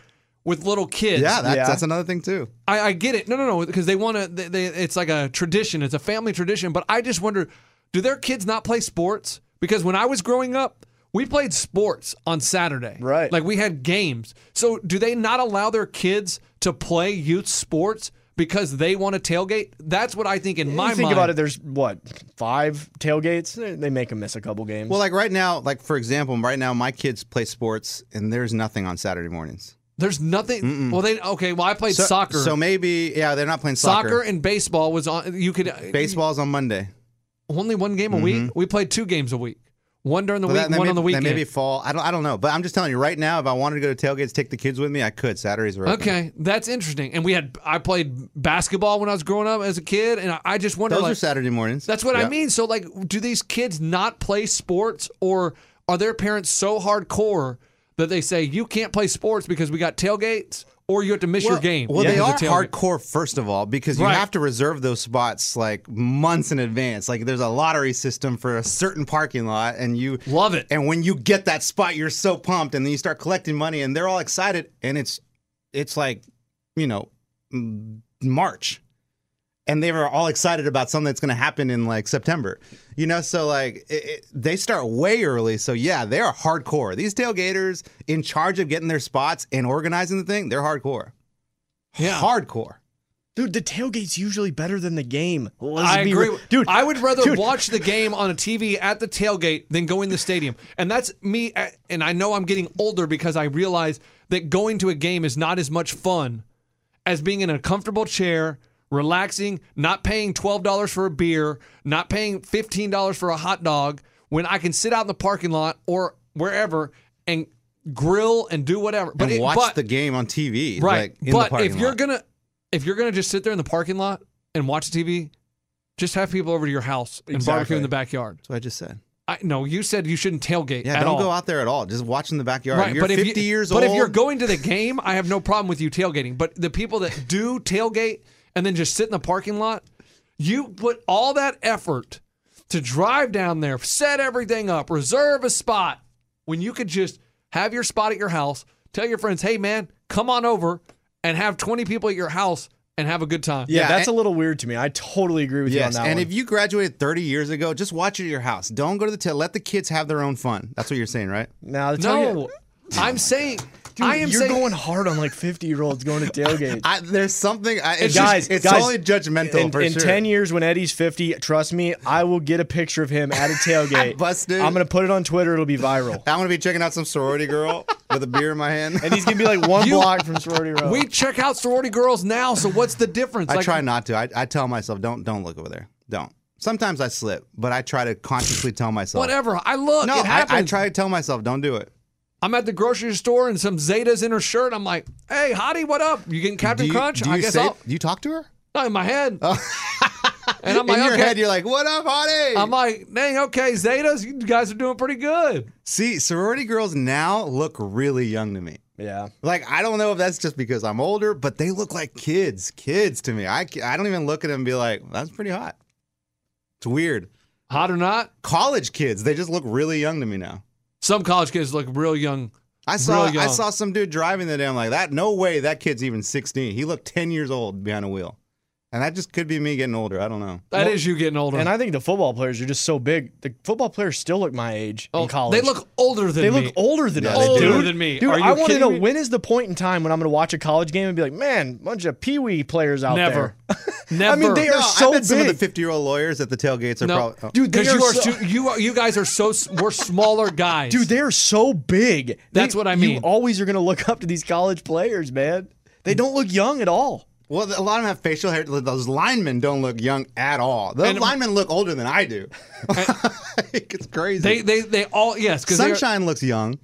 with little kids. Yeah, that's, Yeah. that's another thing too. I, I get it. No, no, no, because they want to. They, they, it's like a tradition. It's a family tradition. But I just wonder, do their kids not play sports? Because when I was growing up, we played sports on Saturday. Right. Like we had games. So do they not allow their kids to play youth sports because they want to tailgate? That's what I think in my you think mind. about it, there's what five tailgates. They- They make them miss a couple games. Well, like right now, like for example, right now my kids play sports and there's nothing on Saturday mornings. There's nothing. Well, they okay. Well, I played So- soccer. So maybe yeah, they're not playing soccer. soccer. and baseball was on. You could Baseball's on Monday. only one game a week. We played two games a week. One during the Mm-hmm. Well, week, that- that one may- on the weekend. That maybe fall. I don't. I don't know. But I'm just telling you right now. If I wanted to go to tailgates, take the kids with me, I could. Saturdays are open. Okay, that's interesting. And we had I played basketball when I was growing up as a kid, and I, I just wonder. Those like, are Saturday mornings. That's what I Yeah. mean. So like, do these kids not play sports, or are their parents so hardcore that they say you can't play sports because we got tailgates, or you have to miss your game? Well, they are because of tailgate? hardcore, first of all, because you Right. have to reserve those spots like months in advance. Like there's a lottery system for a certain parking lot, and you Love it. And when you get that spot, you're so pumped, and then you start collecting money, and they're all excited, and it's it's like you know m- March, and they were all excited about something that's going to happen in like September. You know, so like it, it, they start way early. So yeah, they are hardcore. These tailgaters in charge of getting their spots and organizing the thing, they're hardcore. Yeah. Hardcore. dude, the tailgate's usually better than the game. Let's I be agree, real. dude. I would rather dude. watch the game on a TV at the tailgate than go in the stadium, and that's me. at- And I know I'm getting older because I realize that going to a game is not as much fun as being in a comfortable chair, relaxing, not paying twelve dollars for a beer, not paying fifteen dollars for a hot dog, when I can sit out in the parking lot or wherever and grill and do whatever. But And it- watch but- the game on TV. right? Like, in but the parking if you're lot. gonna if you're gonna just sit there in the parking lot and watch TV, just have people over to your house and barbecue Exactly. in the backyard. That's what I just said. I no, you said you shouldn't tailgate Yeah, at don't all. go out there at all. Just watch in the backyard. Right, If you're but 50 if you, years but old. if you're going to the game, I have no problem with you tailgating. But the people that do tailgate and then just sit in the parking lot, you put all that effort to drive down there, set everything up, reserve a spot when you could just have your spot at your house, tell your friends, "Hey man, come on over and have 20 people at your house and have a good time." yeah, Yeah, that's and- a little weird to me. I totally agree with Yes, you on that. and one. if you graduated 30 years ago, just watch it at your house. Don't go to the tail. Let the kids have their own fun. That's what you're saying, right? now, the tailgate- No. I'm saying Dude, I am you're saying going hard on like 50 year olds going to tailgate. I, there's something. I, it's guys, just, it's guys, only judgmental in, for in sure. 10 years when Eddie's 50, trust me, I will get a picture of him at a tailgate. Busted. I'm going to put it on Twitter. It'll be viral. I'm gonna be checking out some sorority girl with a beer in my hand. And he's going to be like one You- block from sorority row. we check out sorority girls now, so what's the difference? I Like, try not to. I, I tell myself, don't don't look over there. Don't. Sometimes I slip, but I try to consciously tell myself. Whatever. I look. No, it I, happens. I try to tell myself, don't do it. I'm at the grocery store and some Zeta's in her shirt. I'm like, hey, hottie, what up? You getting Captain do you, Crunch? do you I guess say- I'll. do you talk to her? No, in my head. Oh. and I'm In like, your okay. head, you're like, "What up, honey?" I'm like, dang, okay, Zeta's, you guys are doing pretty good. See, sorority girls now look really young to me. yeah. Like I don't know if that's just because I'm older, but they look like kids, kids to me. I, I don't even look at them and be like, "That's pretty hot." It's weird. Hot or not, College kids, they just look really young to me now. some college kids look real young. I saw Real I young. saw some dude driving the day. I'm like, that no way that kid's even 16. He looked 10 years old behind a wheel. And that just could be me getting older. I don't know. That is you getting older. And I think the football players are just so big. The football players still look my age Oh, in college. They look older than They me. look older than us. they do. dude. Older than me. Dude, Are you I want to kidding know me? when is the point in time when I'm going to watch a college game and be like, man, bunch of pee wee players out Never. there. Never. I mean, they are No, so I bet big. some of the 50 year old lawyers at the tailgates are No, probably. oh. Dude, they because you are are so- too, you are, you guys are so s- we're smaller guys, Dude, they are so big. They- That's what I You mean. always are going to look up to these college players, man. They don't look young at all. Well, a lot of them have facial hair. Those linemen don't look young at all. The And- linemen look older than I do. Like, it's crazy. They they they all yes because Sunshine looks young.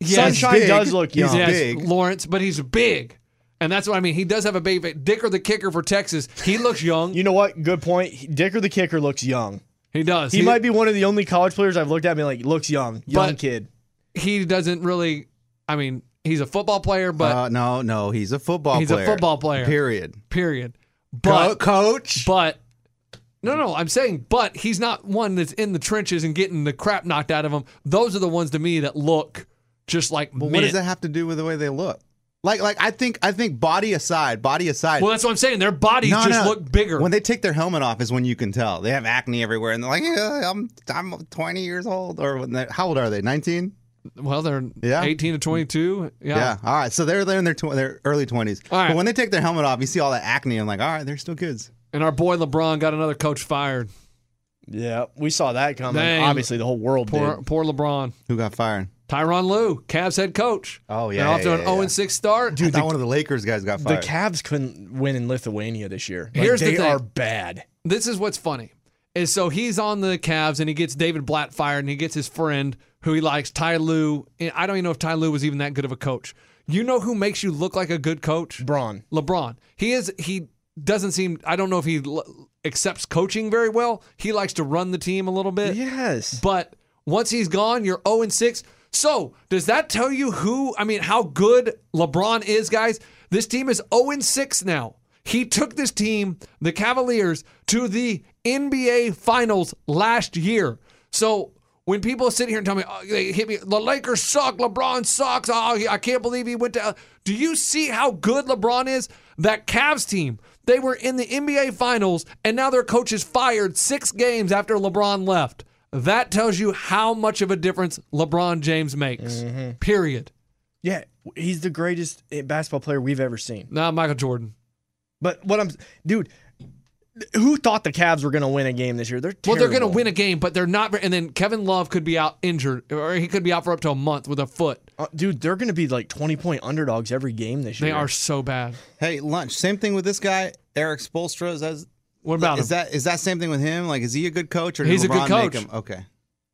yes, Sunshine big. does look He's young. yes, big. Lawrence, but he's big, and that's what I mean. He does have a big face. Dicker the kicker for Texas. He looks young. You know what? Good point. Dicker the kicker looks young. he does. He, might be one of the only college players I've looked at and been like, looks young, young But- kid. He doesn't really. I mean, he's a football player, but Uh, no, no, he's a football He's a player. football player. Period. period. But Co- coach. but. No, no, I'm saying, but he's not one that's in the trenches and getting the crap knocked out of him. Those are the ones to me that look just like But what men. does that have to do with the way they look? Like, like I think, I think body aside, body aside. Well, that's what I'm saying. Their bodies No, just no. look bigger. When they take their helmet off is when you can tell. They have acne everywhere and they're like, yeah, I'm I'm 20 years old or when they, how old are they? 19? well, they're Yeah. 18 to 22. Yeah. Yeah. All right. So they're they're in their tw- their early 20s. All right. But when they take their helmet off, you see all that acne I'm like, all right, they're still kids. And our boy LeBron got another coach fired. Yeah, we saw that coming. Dang. Obviously, the whole world Poor, did. poor LeBron. Who got fired? Tyron Lue, Cavs head coach. Oh, yeah, They're off yeah, to an yeah, 0 yeah. 6 start. I thought one of the Lakers guys got The fired. Cavs couldn't win in Lithuania this year. Like, Here's the they thing. are bad. this is what's funny is so he's on the Cavs and he gets David Blatt fired and he gets his friend who he likes, Ty Lue. And I don't even know if Ty Lue was even that good of a coach. You know who makes you look like a good coach? Braun. LeBron. He is. He doesn't seem. I don't know if he l- accepts coaching very well. He likes to run the team a little bit. Yes. But once he's gone, you're 0 and 6. So does that tell you who? I mean, how good LeBron is, guys? This team is 0 and 6 now. He took this team, the Cavaliers, to the NBA Finals last year. So when people sit here and tell me oh, they hit me, the Lakers suck, LeBron sucks. Oh, I can't believe he went to. Do you see how good LeBron is? That Cavs team, they were in the NBA Finals, and now their coach is fired six games after LeBron left. That tells you how much of a difference LeBron James makes. Mm-hmm. Period. Yeah, he's the greatest basketball player we've ever seen. Not Michael Jordan. But what I'm, dude, who thought the Cavs were going to win a game this year? They're Well, terrible. they're going to win a game, but they're not. And then Kevin Love could be out injured, or he could be out for up to a month with a foot. Uh, dude, they're going to be like 20 point underdogs every game this year. They are so bad. hey, lunch. Same thing with this guy, Eric Spolstra. Is that What about is him? that is that same thing with him? Like, is he a good coach or did He's a good LeBron make coach. him? Okay.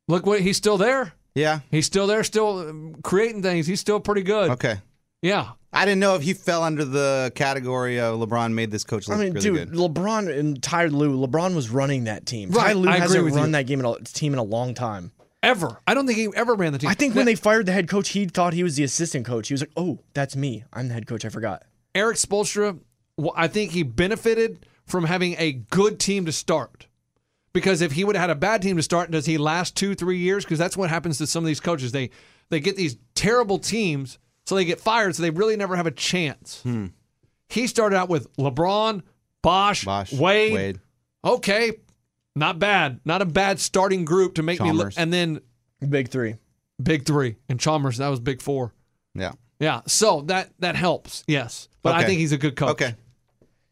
Look, what he's still there. Yeah. He's still there, still um, creating things. He's still pretty good. Okay. Yeah. I didn't know if he fell under the category of LeBron made this coach I look mean, really dude, good. LeBron and Ty Lue. LeBron was running that team. Ty Right, Lue I agree hasn't with run you. that game in a, team in a long time. Ever. I don't think he ever ran the team. I think when they fired the head coach, he thought he was the assistant coach. He was like, "Oh, that's me. I'm the head coach. I forgot." Eric Spolstra, wh- I think he benefited from having a good team to start. Because if he would have had a bad team to start, does he last two, three years? Because that's what happens to some of these coaches. They they get these terrible teams, so they get fired, so they really never have a chance. Hmm. He started out with LeBron, Bosch, Bosh, Wade. Wade. Okay, not bad, not a bad starting group to make me look. Chalmers. And then Big three. big three and Chalmers, that was big four. Yeah. Yeah, so that that helps. Yes, but I Okay. think he's a good coach. Okay.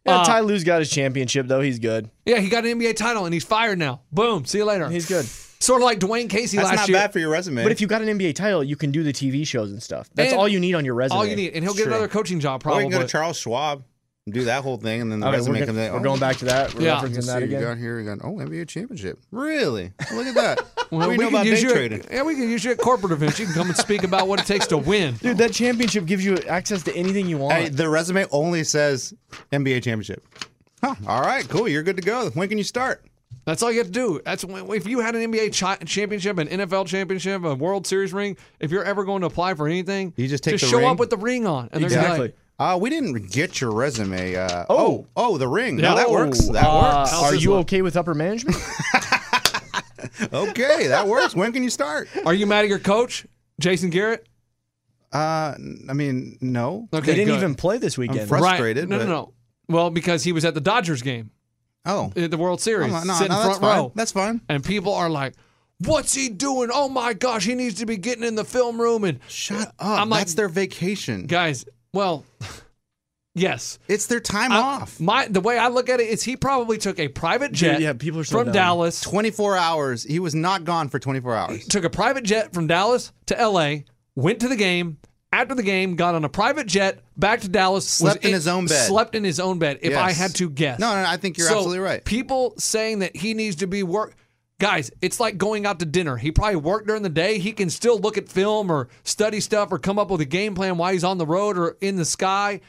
Yeah, Uh, Ty Lue's got his championship though. He's good. Yeah, he got an NBA title and he's fired now. Boom. See you later. He's good. sort of like Dwayne Casey That's last not year. bad for your resume. But if you got an NBA title, you can do the TV shows and stuff. That's And all you need on your resume. All you need, and he'll get True. another coaching job Or probably. you can go to Charles Schwab and do that whole thing, and then the Okay, resume we're, comes gonna- in. we're oh, going back to that. We're Yeah. referencing see, that you again. got here, you got oh NBA championship. Really? Look at that. Well, we, know about use day you at- trading. yeah, we can use you at corporate events. You can come and speak about what it takes to win. Dude, that championship gives you access to anything you want. Hey, the resume only says NBA championship. Huh. All right, cool. You're good to go. When can you start? That's all you have to do. That's when, if you had an NBA chi- championship, an NFL championship, a World Series ring. If you're ever going to apply for anything, You just take just the show ring? up with the ring on, and they're gonna be exactly. Like, Uh, we didn't get your resume. Uh, Oh. oh, oh, the ring. Yeah. No, that Oh, works. That Uh, How's are this you look? okay with upper management? works. Okay, that works. When can you start? Are you mad at your coach, Jason Garrett? Uh, n- I mean, no. Okay, they didn't good. even play this weekend. fr- Right. frustrated, No, no, but- no. Well, because he was at the Dodgers game. Oh, at the World Series, no, no, sitting that's front fine. row. That's fine. and people are like, "What's he doing? Oh my gosh, he needs to be getting in the film room." And Shut up. I'm I'm like, like- Oh, that's their vacation. guys, well, yes, it's their time I- off. My the way I look at it is he probably took a private jet yeah, people are so from dumb. Dallas. 24 hours. He was not gone for 24 hours. took a private jet from Dallas to L.A. Went to the game. After the game, got on a private jet back to Dallas. was Slept in his own bed. Slept in his own bed. If I Yes. had to guess, No, no, no, I think you're So, absolutely right. People saying that he needs to be work. Guys, it's like going out to dinner. He probably worked during the day. He can still look at film or study stuff or come up with a game plan while he's on the road or in the sky.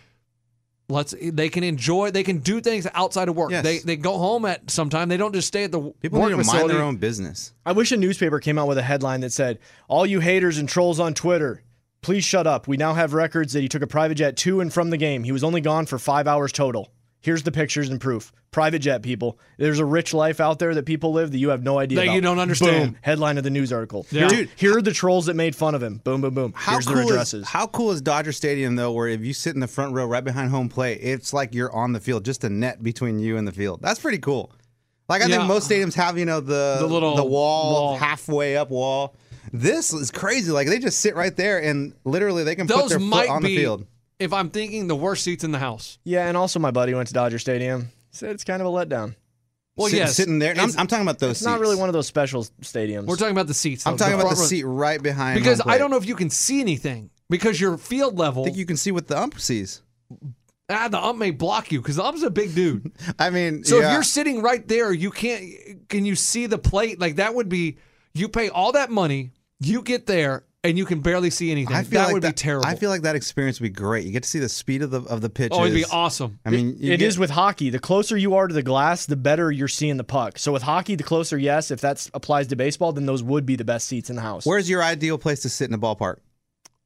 Let's they can enjoy. They can do things outside of work. Yes. They they go home at sometime. They don't just stay at the People work need to facility. mind their own business. I wish a newspaper came out with a headline that said, All you haters and trolls on Twitter, please shut up. We now have records that he took a private jet to and from the game. He was only gone for five hours total. Here's the pictures and proof. Private jet, people. There's a rich life out there that people live that you have no idea That you about. don't understand. Boom. Headline of the news article. Yeah. Here, Dude. here are the trolls that made fun of him. Boom, boom, boom. How Here's cool their addresses. is how cool is Dodger Stadium though, where if you sit in the front row right behind home plate, it's like you're on the field, just a net between you and the field. That's pretty cool. Like I Yeah. think most stadiums have, you know, the The little the wall, wall. halfway up wall. This is crazy. Like they just sit right there and literally they can put Those their might foot on be the field. if I'm thinking the worst seats in the house. yeah, and also my buddy went to Dodger Stadium. Said it's kind of a letdown. Well, Sit- oh, yes, sitting there. And I'm, it's- I'm talking about those. It's not really one of those special stadiums. We're talking about the seats. I'm though, talking about front the row. seat right behind. because home I plate. don't know if you can see anything because your field level. I think you can see what the ump sees. ah, the ump may block you because the ump's a big dude. I mean, So yeah. if you're sitting right there, you can't. Can you see the plate? Like that would be. You pay all that money, you get there, and you can barely see anything. I feel that like would be terrible. I feel like that experience would be great. You get to see the speed of the of the pitches. oh, it'd be awesome. I mean, It is with hockey. The closer you are to the glass, the better you're seeing the puck. So with hockey, the closer, yes, if that applies to baseball, then those would be the best seats in the house. Where's your ideal place to sit in a ballpark?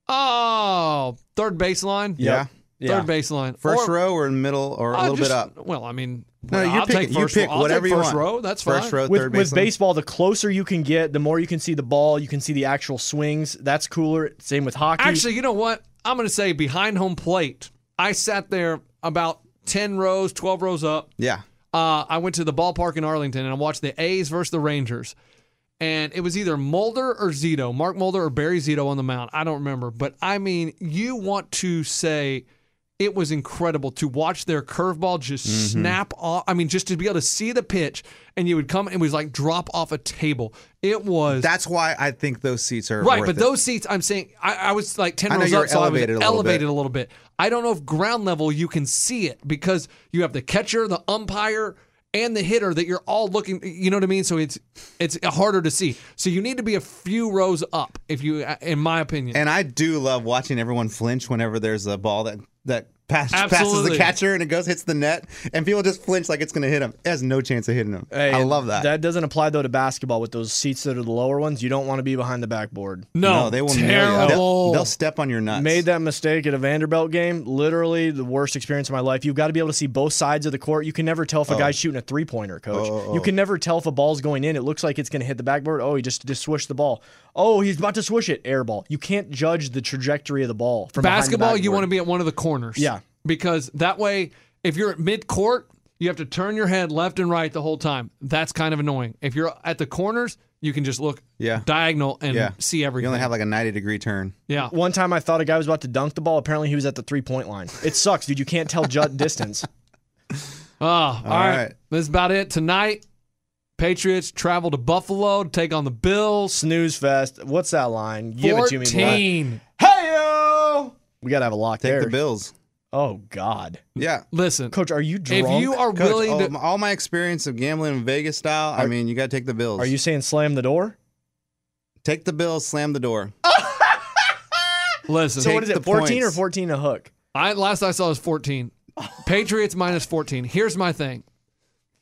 Oh, third baseline. Yeah. yeah. Third baseline. First Or- row or in middle or a I little Oh, just- bit up? Well, I mean, No, you I'll pick take it. You first pick row. I'll whatever take you first want. row. That's fine. First row, with, third with baseline. baseball, the closer you can get, the more you can see the ball, you can see the actual swings. That's cooler. Same with hockey. Actually, you know what? I'm going to say behind home plate. I sat there about 10 rows, 12 rows up. Yeah. Uh, I went to the ballpark in Arlington and I watched the A's versus the Rangers. And it was either Mulder or Zito, Mark Mulder or Barry Zito on the mound. I don't remember. But I mean, you want to say it was incredible to watch their curveball just snap off. I mean, just to be able to see the pitch and you would come and it was like drop off a table. It was That's why I think those seats are Right, worth but it. those seats, I'm saying, I, I was like 10 I know rows you were up, so I was elevated a little elevated bit. a little bit. I don't know if ground level you can see it because you have the catcher, the umpire, and the hitter that you're all looking. You know what I mean? So it's it's harder to see. So you need to be a few rows up, if you, in my opinion. And I do love watching everyone flinch whenever there's a ball that that pass, passes the Absolutely. catcher and it goes hits the net, and people just flinch like it's going to hit him. It has no chance of hitting him. Hey, I love that. That doesn't apply though to basketball with those seats that are the lower ones. You don't want to be behind the backboard. no, they will nail you. terrible. They'll, they'll step on your nuts. Made that mistake at a Vanderbilt game. Literally the worst experience of my life. You've got to be able to see both sides of the court. You can never tell if a Oh. guy's shooting a three pointer, coach. You can never tell if a ball's going in. It looks like it's going to hit the backboard. Oh, he just, just swished the ball. Oh, he's about to swish it. Air ball. You can't judge the trajectory of the ball from behind the basketball, you backboard. want to be at one of the corners. Yeah. Because that way, if you're at mid court, you have to turn your head left and right the whole time. That's kind of annoying. If you're at the corners, you can just look Yeah. diagonal and Yeah. see You everything. only have like a 90 degree turn. yeah. One time I thought a guy was about to dunk the ball. Apparently he was at the three point line. It sucks, dude. You can't tell jut distance. Oh, all right. right. This is about it tonight. Patriots travel to Buffalo to take on the Bills. Snooze fest. What's that line? Give it to me. boy. 14. Hey-o! We gotta have a lock Take there. the Bills. Oh God, Yeah. Listen, Coach, are you drunk? if you are Coach, willing all, to, my- all my experience of gambling in Vegas style, I mean, you got to take the Bills. Are you saying slam the door? take the Bills, slam the door. Oh. listen, So Take what is the it, 14 or points. 14 a hook? I last I saw was 14. Patriots minus 14. Here's my thing.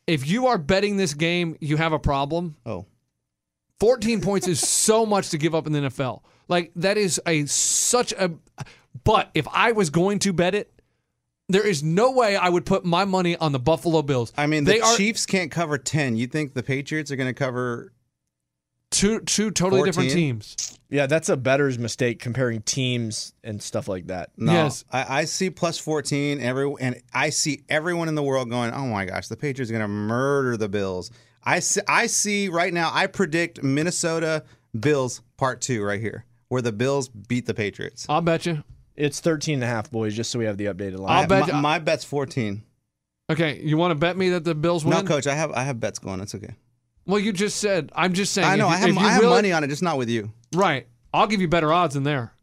If you are betting this game, you have a problem. Oh, 14 points is so much to give up in the NFL. Like that is a such a but if I was going to bet it, there is no way I would put my money on the Buffalo Bills. I mean, the they are Chiefs can't cover ten. You think the Patriots are going to cover Two two totally different 14? teams. Yeah, that's a better's mistake comparing teams and stuff like that. No, Yes. I, I see plus fourteen every, and I see everyone in the world going, "Oh my gosh, the Patriots are going to murder the Bills." I see, I see right now. I predict Minnesota Bills part two right here, where the Bills beat the Patriots. I'll bet you. It's 13 and a half, boys, just so we have the updated line. I'll bet- uh, my, my bet's fourteen. Okay, you want to bet me that the Bills win? No, coach, I have I have bets going. That's okay. Well, you just said. I'm just saying. I know if I you- have if you I have will- money on it, just not with you. Right. I'll give you better odds than there.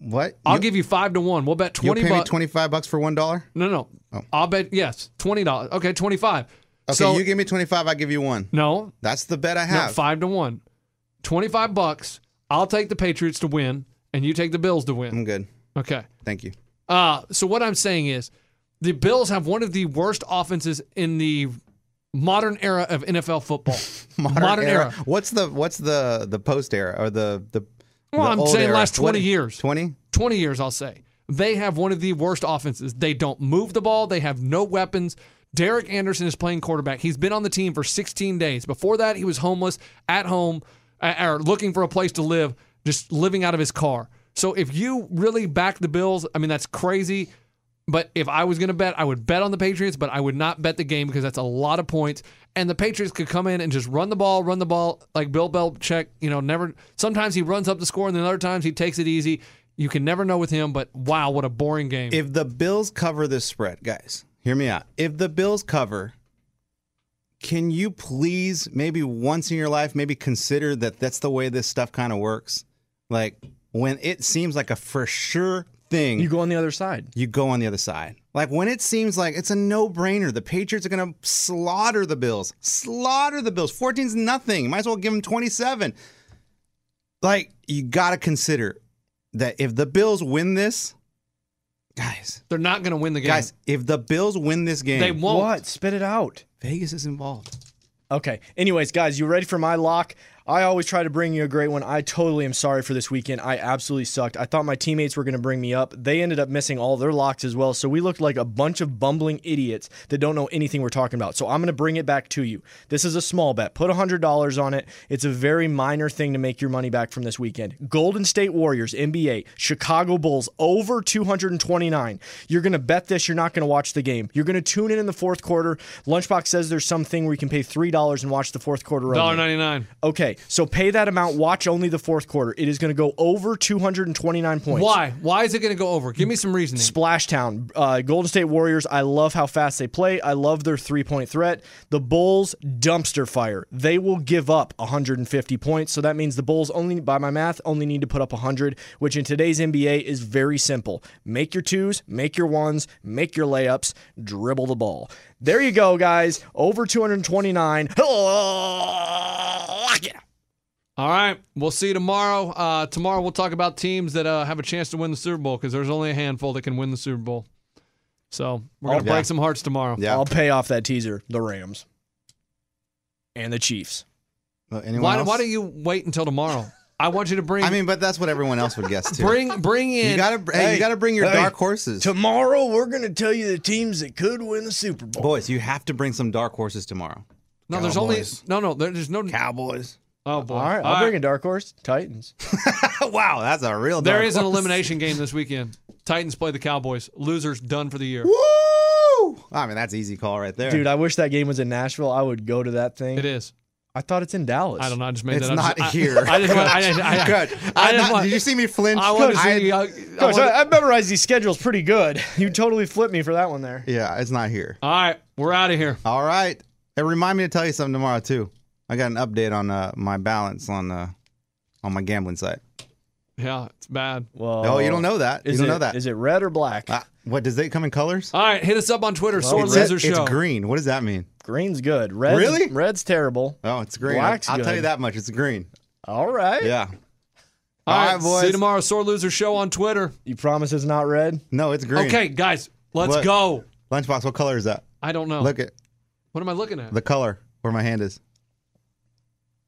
What? I'll you, give you five to one. We'll bet you'll twenty pay me bucks. twenty Oh. five bucks for one dollar. No, no. I'll bet yes, twenty dollars. Okay, twenty five. Okay, you give me twenty five, I give you one. no, That's the bet I no, have. five to one. Twenty five bucks. I'll take the Patriots to win, and you take the Bills to win. I'm good. Okay. Thank you. Uh, so what I'm saying is, the Bills have one of the worst offenses in the modern era of NFL football. What's the what's the the post era or the the? Well, the I'm old saying era? last 20 What- years. Twenty. 20 years, I'll say. They have one of the worst offenses. They don't move the ball, they have no weapons. Derek Anderson is playing quarterback. He's been on the team for 16 days. Before that, he was homeless, at home, uh, or looking for a place to live, just living out of his car. So if you really back the Bills, I mean, that's crazy. But if I was going to bet, I would bet on the Patriots, but I would not bet the game because that's a lot of points. And the Patriots could come in and just run the ball, run the ball like Bill Belichick. You know, never. Sometimes he runs up the score, and then other times he takes it easy. You can never know with him. But wow, what a boring game! If the Bills cover this spread, guys, hear me out. If the Bills cover, can you please maybe once in your life maybe consider that that's the way this stuff kind of works? Like when it seems like a for sure thing, you go on the other side. you go on the other side. Like when it seems like it's a no-brainer, the Patriots are going to slaughter the Bills. Slaughter the Bills. 14's nothing. Might as well give them 27. Like you got to consider that if the Bills win this, guys, They're not going to win the game. guys, if the Bills win this game, they won't. What? Spit it out. Vegas is involved. Okay. Anyways, guys, you ready for my lock? I always try to bring you a great one. I totally am sorry for this weekend. I absolutely sucked. I thought my teammates were going to bring me up. They ended up missing all their locks as well. So we looked like a bunch of bumbling idiots that don't know anything we're talking about. So I'm going to bring it back to you. This is a small bet. Uh, Put $100 on it. It's a very minor thing to make your money back from this weekend. Golden State Warriors, NBA, Chicago Bulls, over 229. You're going to bet this. You're not going to watch the game. You're going to tune in in the fourth quarter. Lunchbox says there's something where you can pay $3 and watch the fourth quarter. Dollar only. ninety nine. Okay, so pay that amount. Watch only the fourth quarter. It is going to go over 229 points. Why? Why is it going to go over? Give me some reasoning. Splashtown, uh, Golden State Warriors. I love how fast they play. I love their three point threat. The Bulls dumpster fire. They will give up 150 points. So that means the Bulls only, by my math, only need to put up 100, which in today's NBA is very simple. Make your twos, make your ones, make your layups, dribble the ball. There you go, guys. Over 229. Yeah. All right, we'll see you tomorrow. Uh, tomorrow we'll talk about teams that uh, have a chance to win the Super Bowl because there's only a handful that can win the Super Bowl. So we're going to Oh, Yeah. break some hearts tomorrow. Yeah. I'll pay off that teaser. The Rams and the Chiefs. Uh, Anyone Why, else? why don't you wait until tomorrow? I want you to bring I mean, but that's what everyone else would guess too. bring bring in you got to hey, Hey, you got to bring your hey, dark horses. Tomorrow, we're going to tell you the teams that could win the Super Bowl. Boys, you have to bring some dark horses tomorrow. no. There's Cowboys. only no no. there- There's no Cowboys. oh boy. All right, I'll bring a dark horse. Titans. wow, that's a real There dark is an horse. elimination game this weekend. Titans play the Cowboys. Losers done for the year. Woo! I mean, that's easy call right there. Dude, I wish that game was in Nashville. I would go to that thing. It is. I thought it's in Dallas. I don't know. I just made it's that up. not I- here. I, just want. I, I, I, Good. I I'm just not- want- did you see me flinch? I want to I- see. uh, I, I Coach, wanna- I, I memorized these schedules pretty good. You totally flipped me for that one there. yeah, it's not here. all right, we're out of here. All right. And remind me to tell you something tomorrow too. I got an update on uh, my balance on uh, on my gambling site. Yeah, it's bad. Well, Oh, you don't know that. You Is don't it, know that. Is it red or black? Uh, what does it come in colors? All right, hit us up on Twitter. Sore it's, Loser it's Uh, Show. green. What does that mean? Green's good. Red's, Really? Red's terrible. Oh, it's green. Black's I'll, I'll tell good. you that much. It's green. All right. Yeah. All right, All right, boys. See you tomorrow. Sore Loser Show on Twitter. You promise it's not red? No, it's green. Okay, guys, let's What? go. Lunchbox, what color is that? I don't know. Look at what am I looking at? the color where my hand is.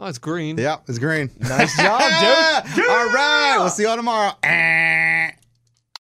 oh, it's green. Yeah, it's green. Nice job, dude. All right. We'll see you all tomorrow.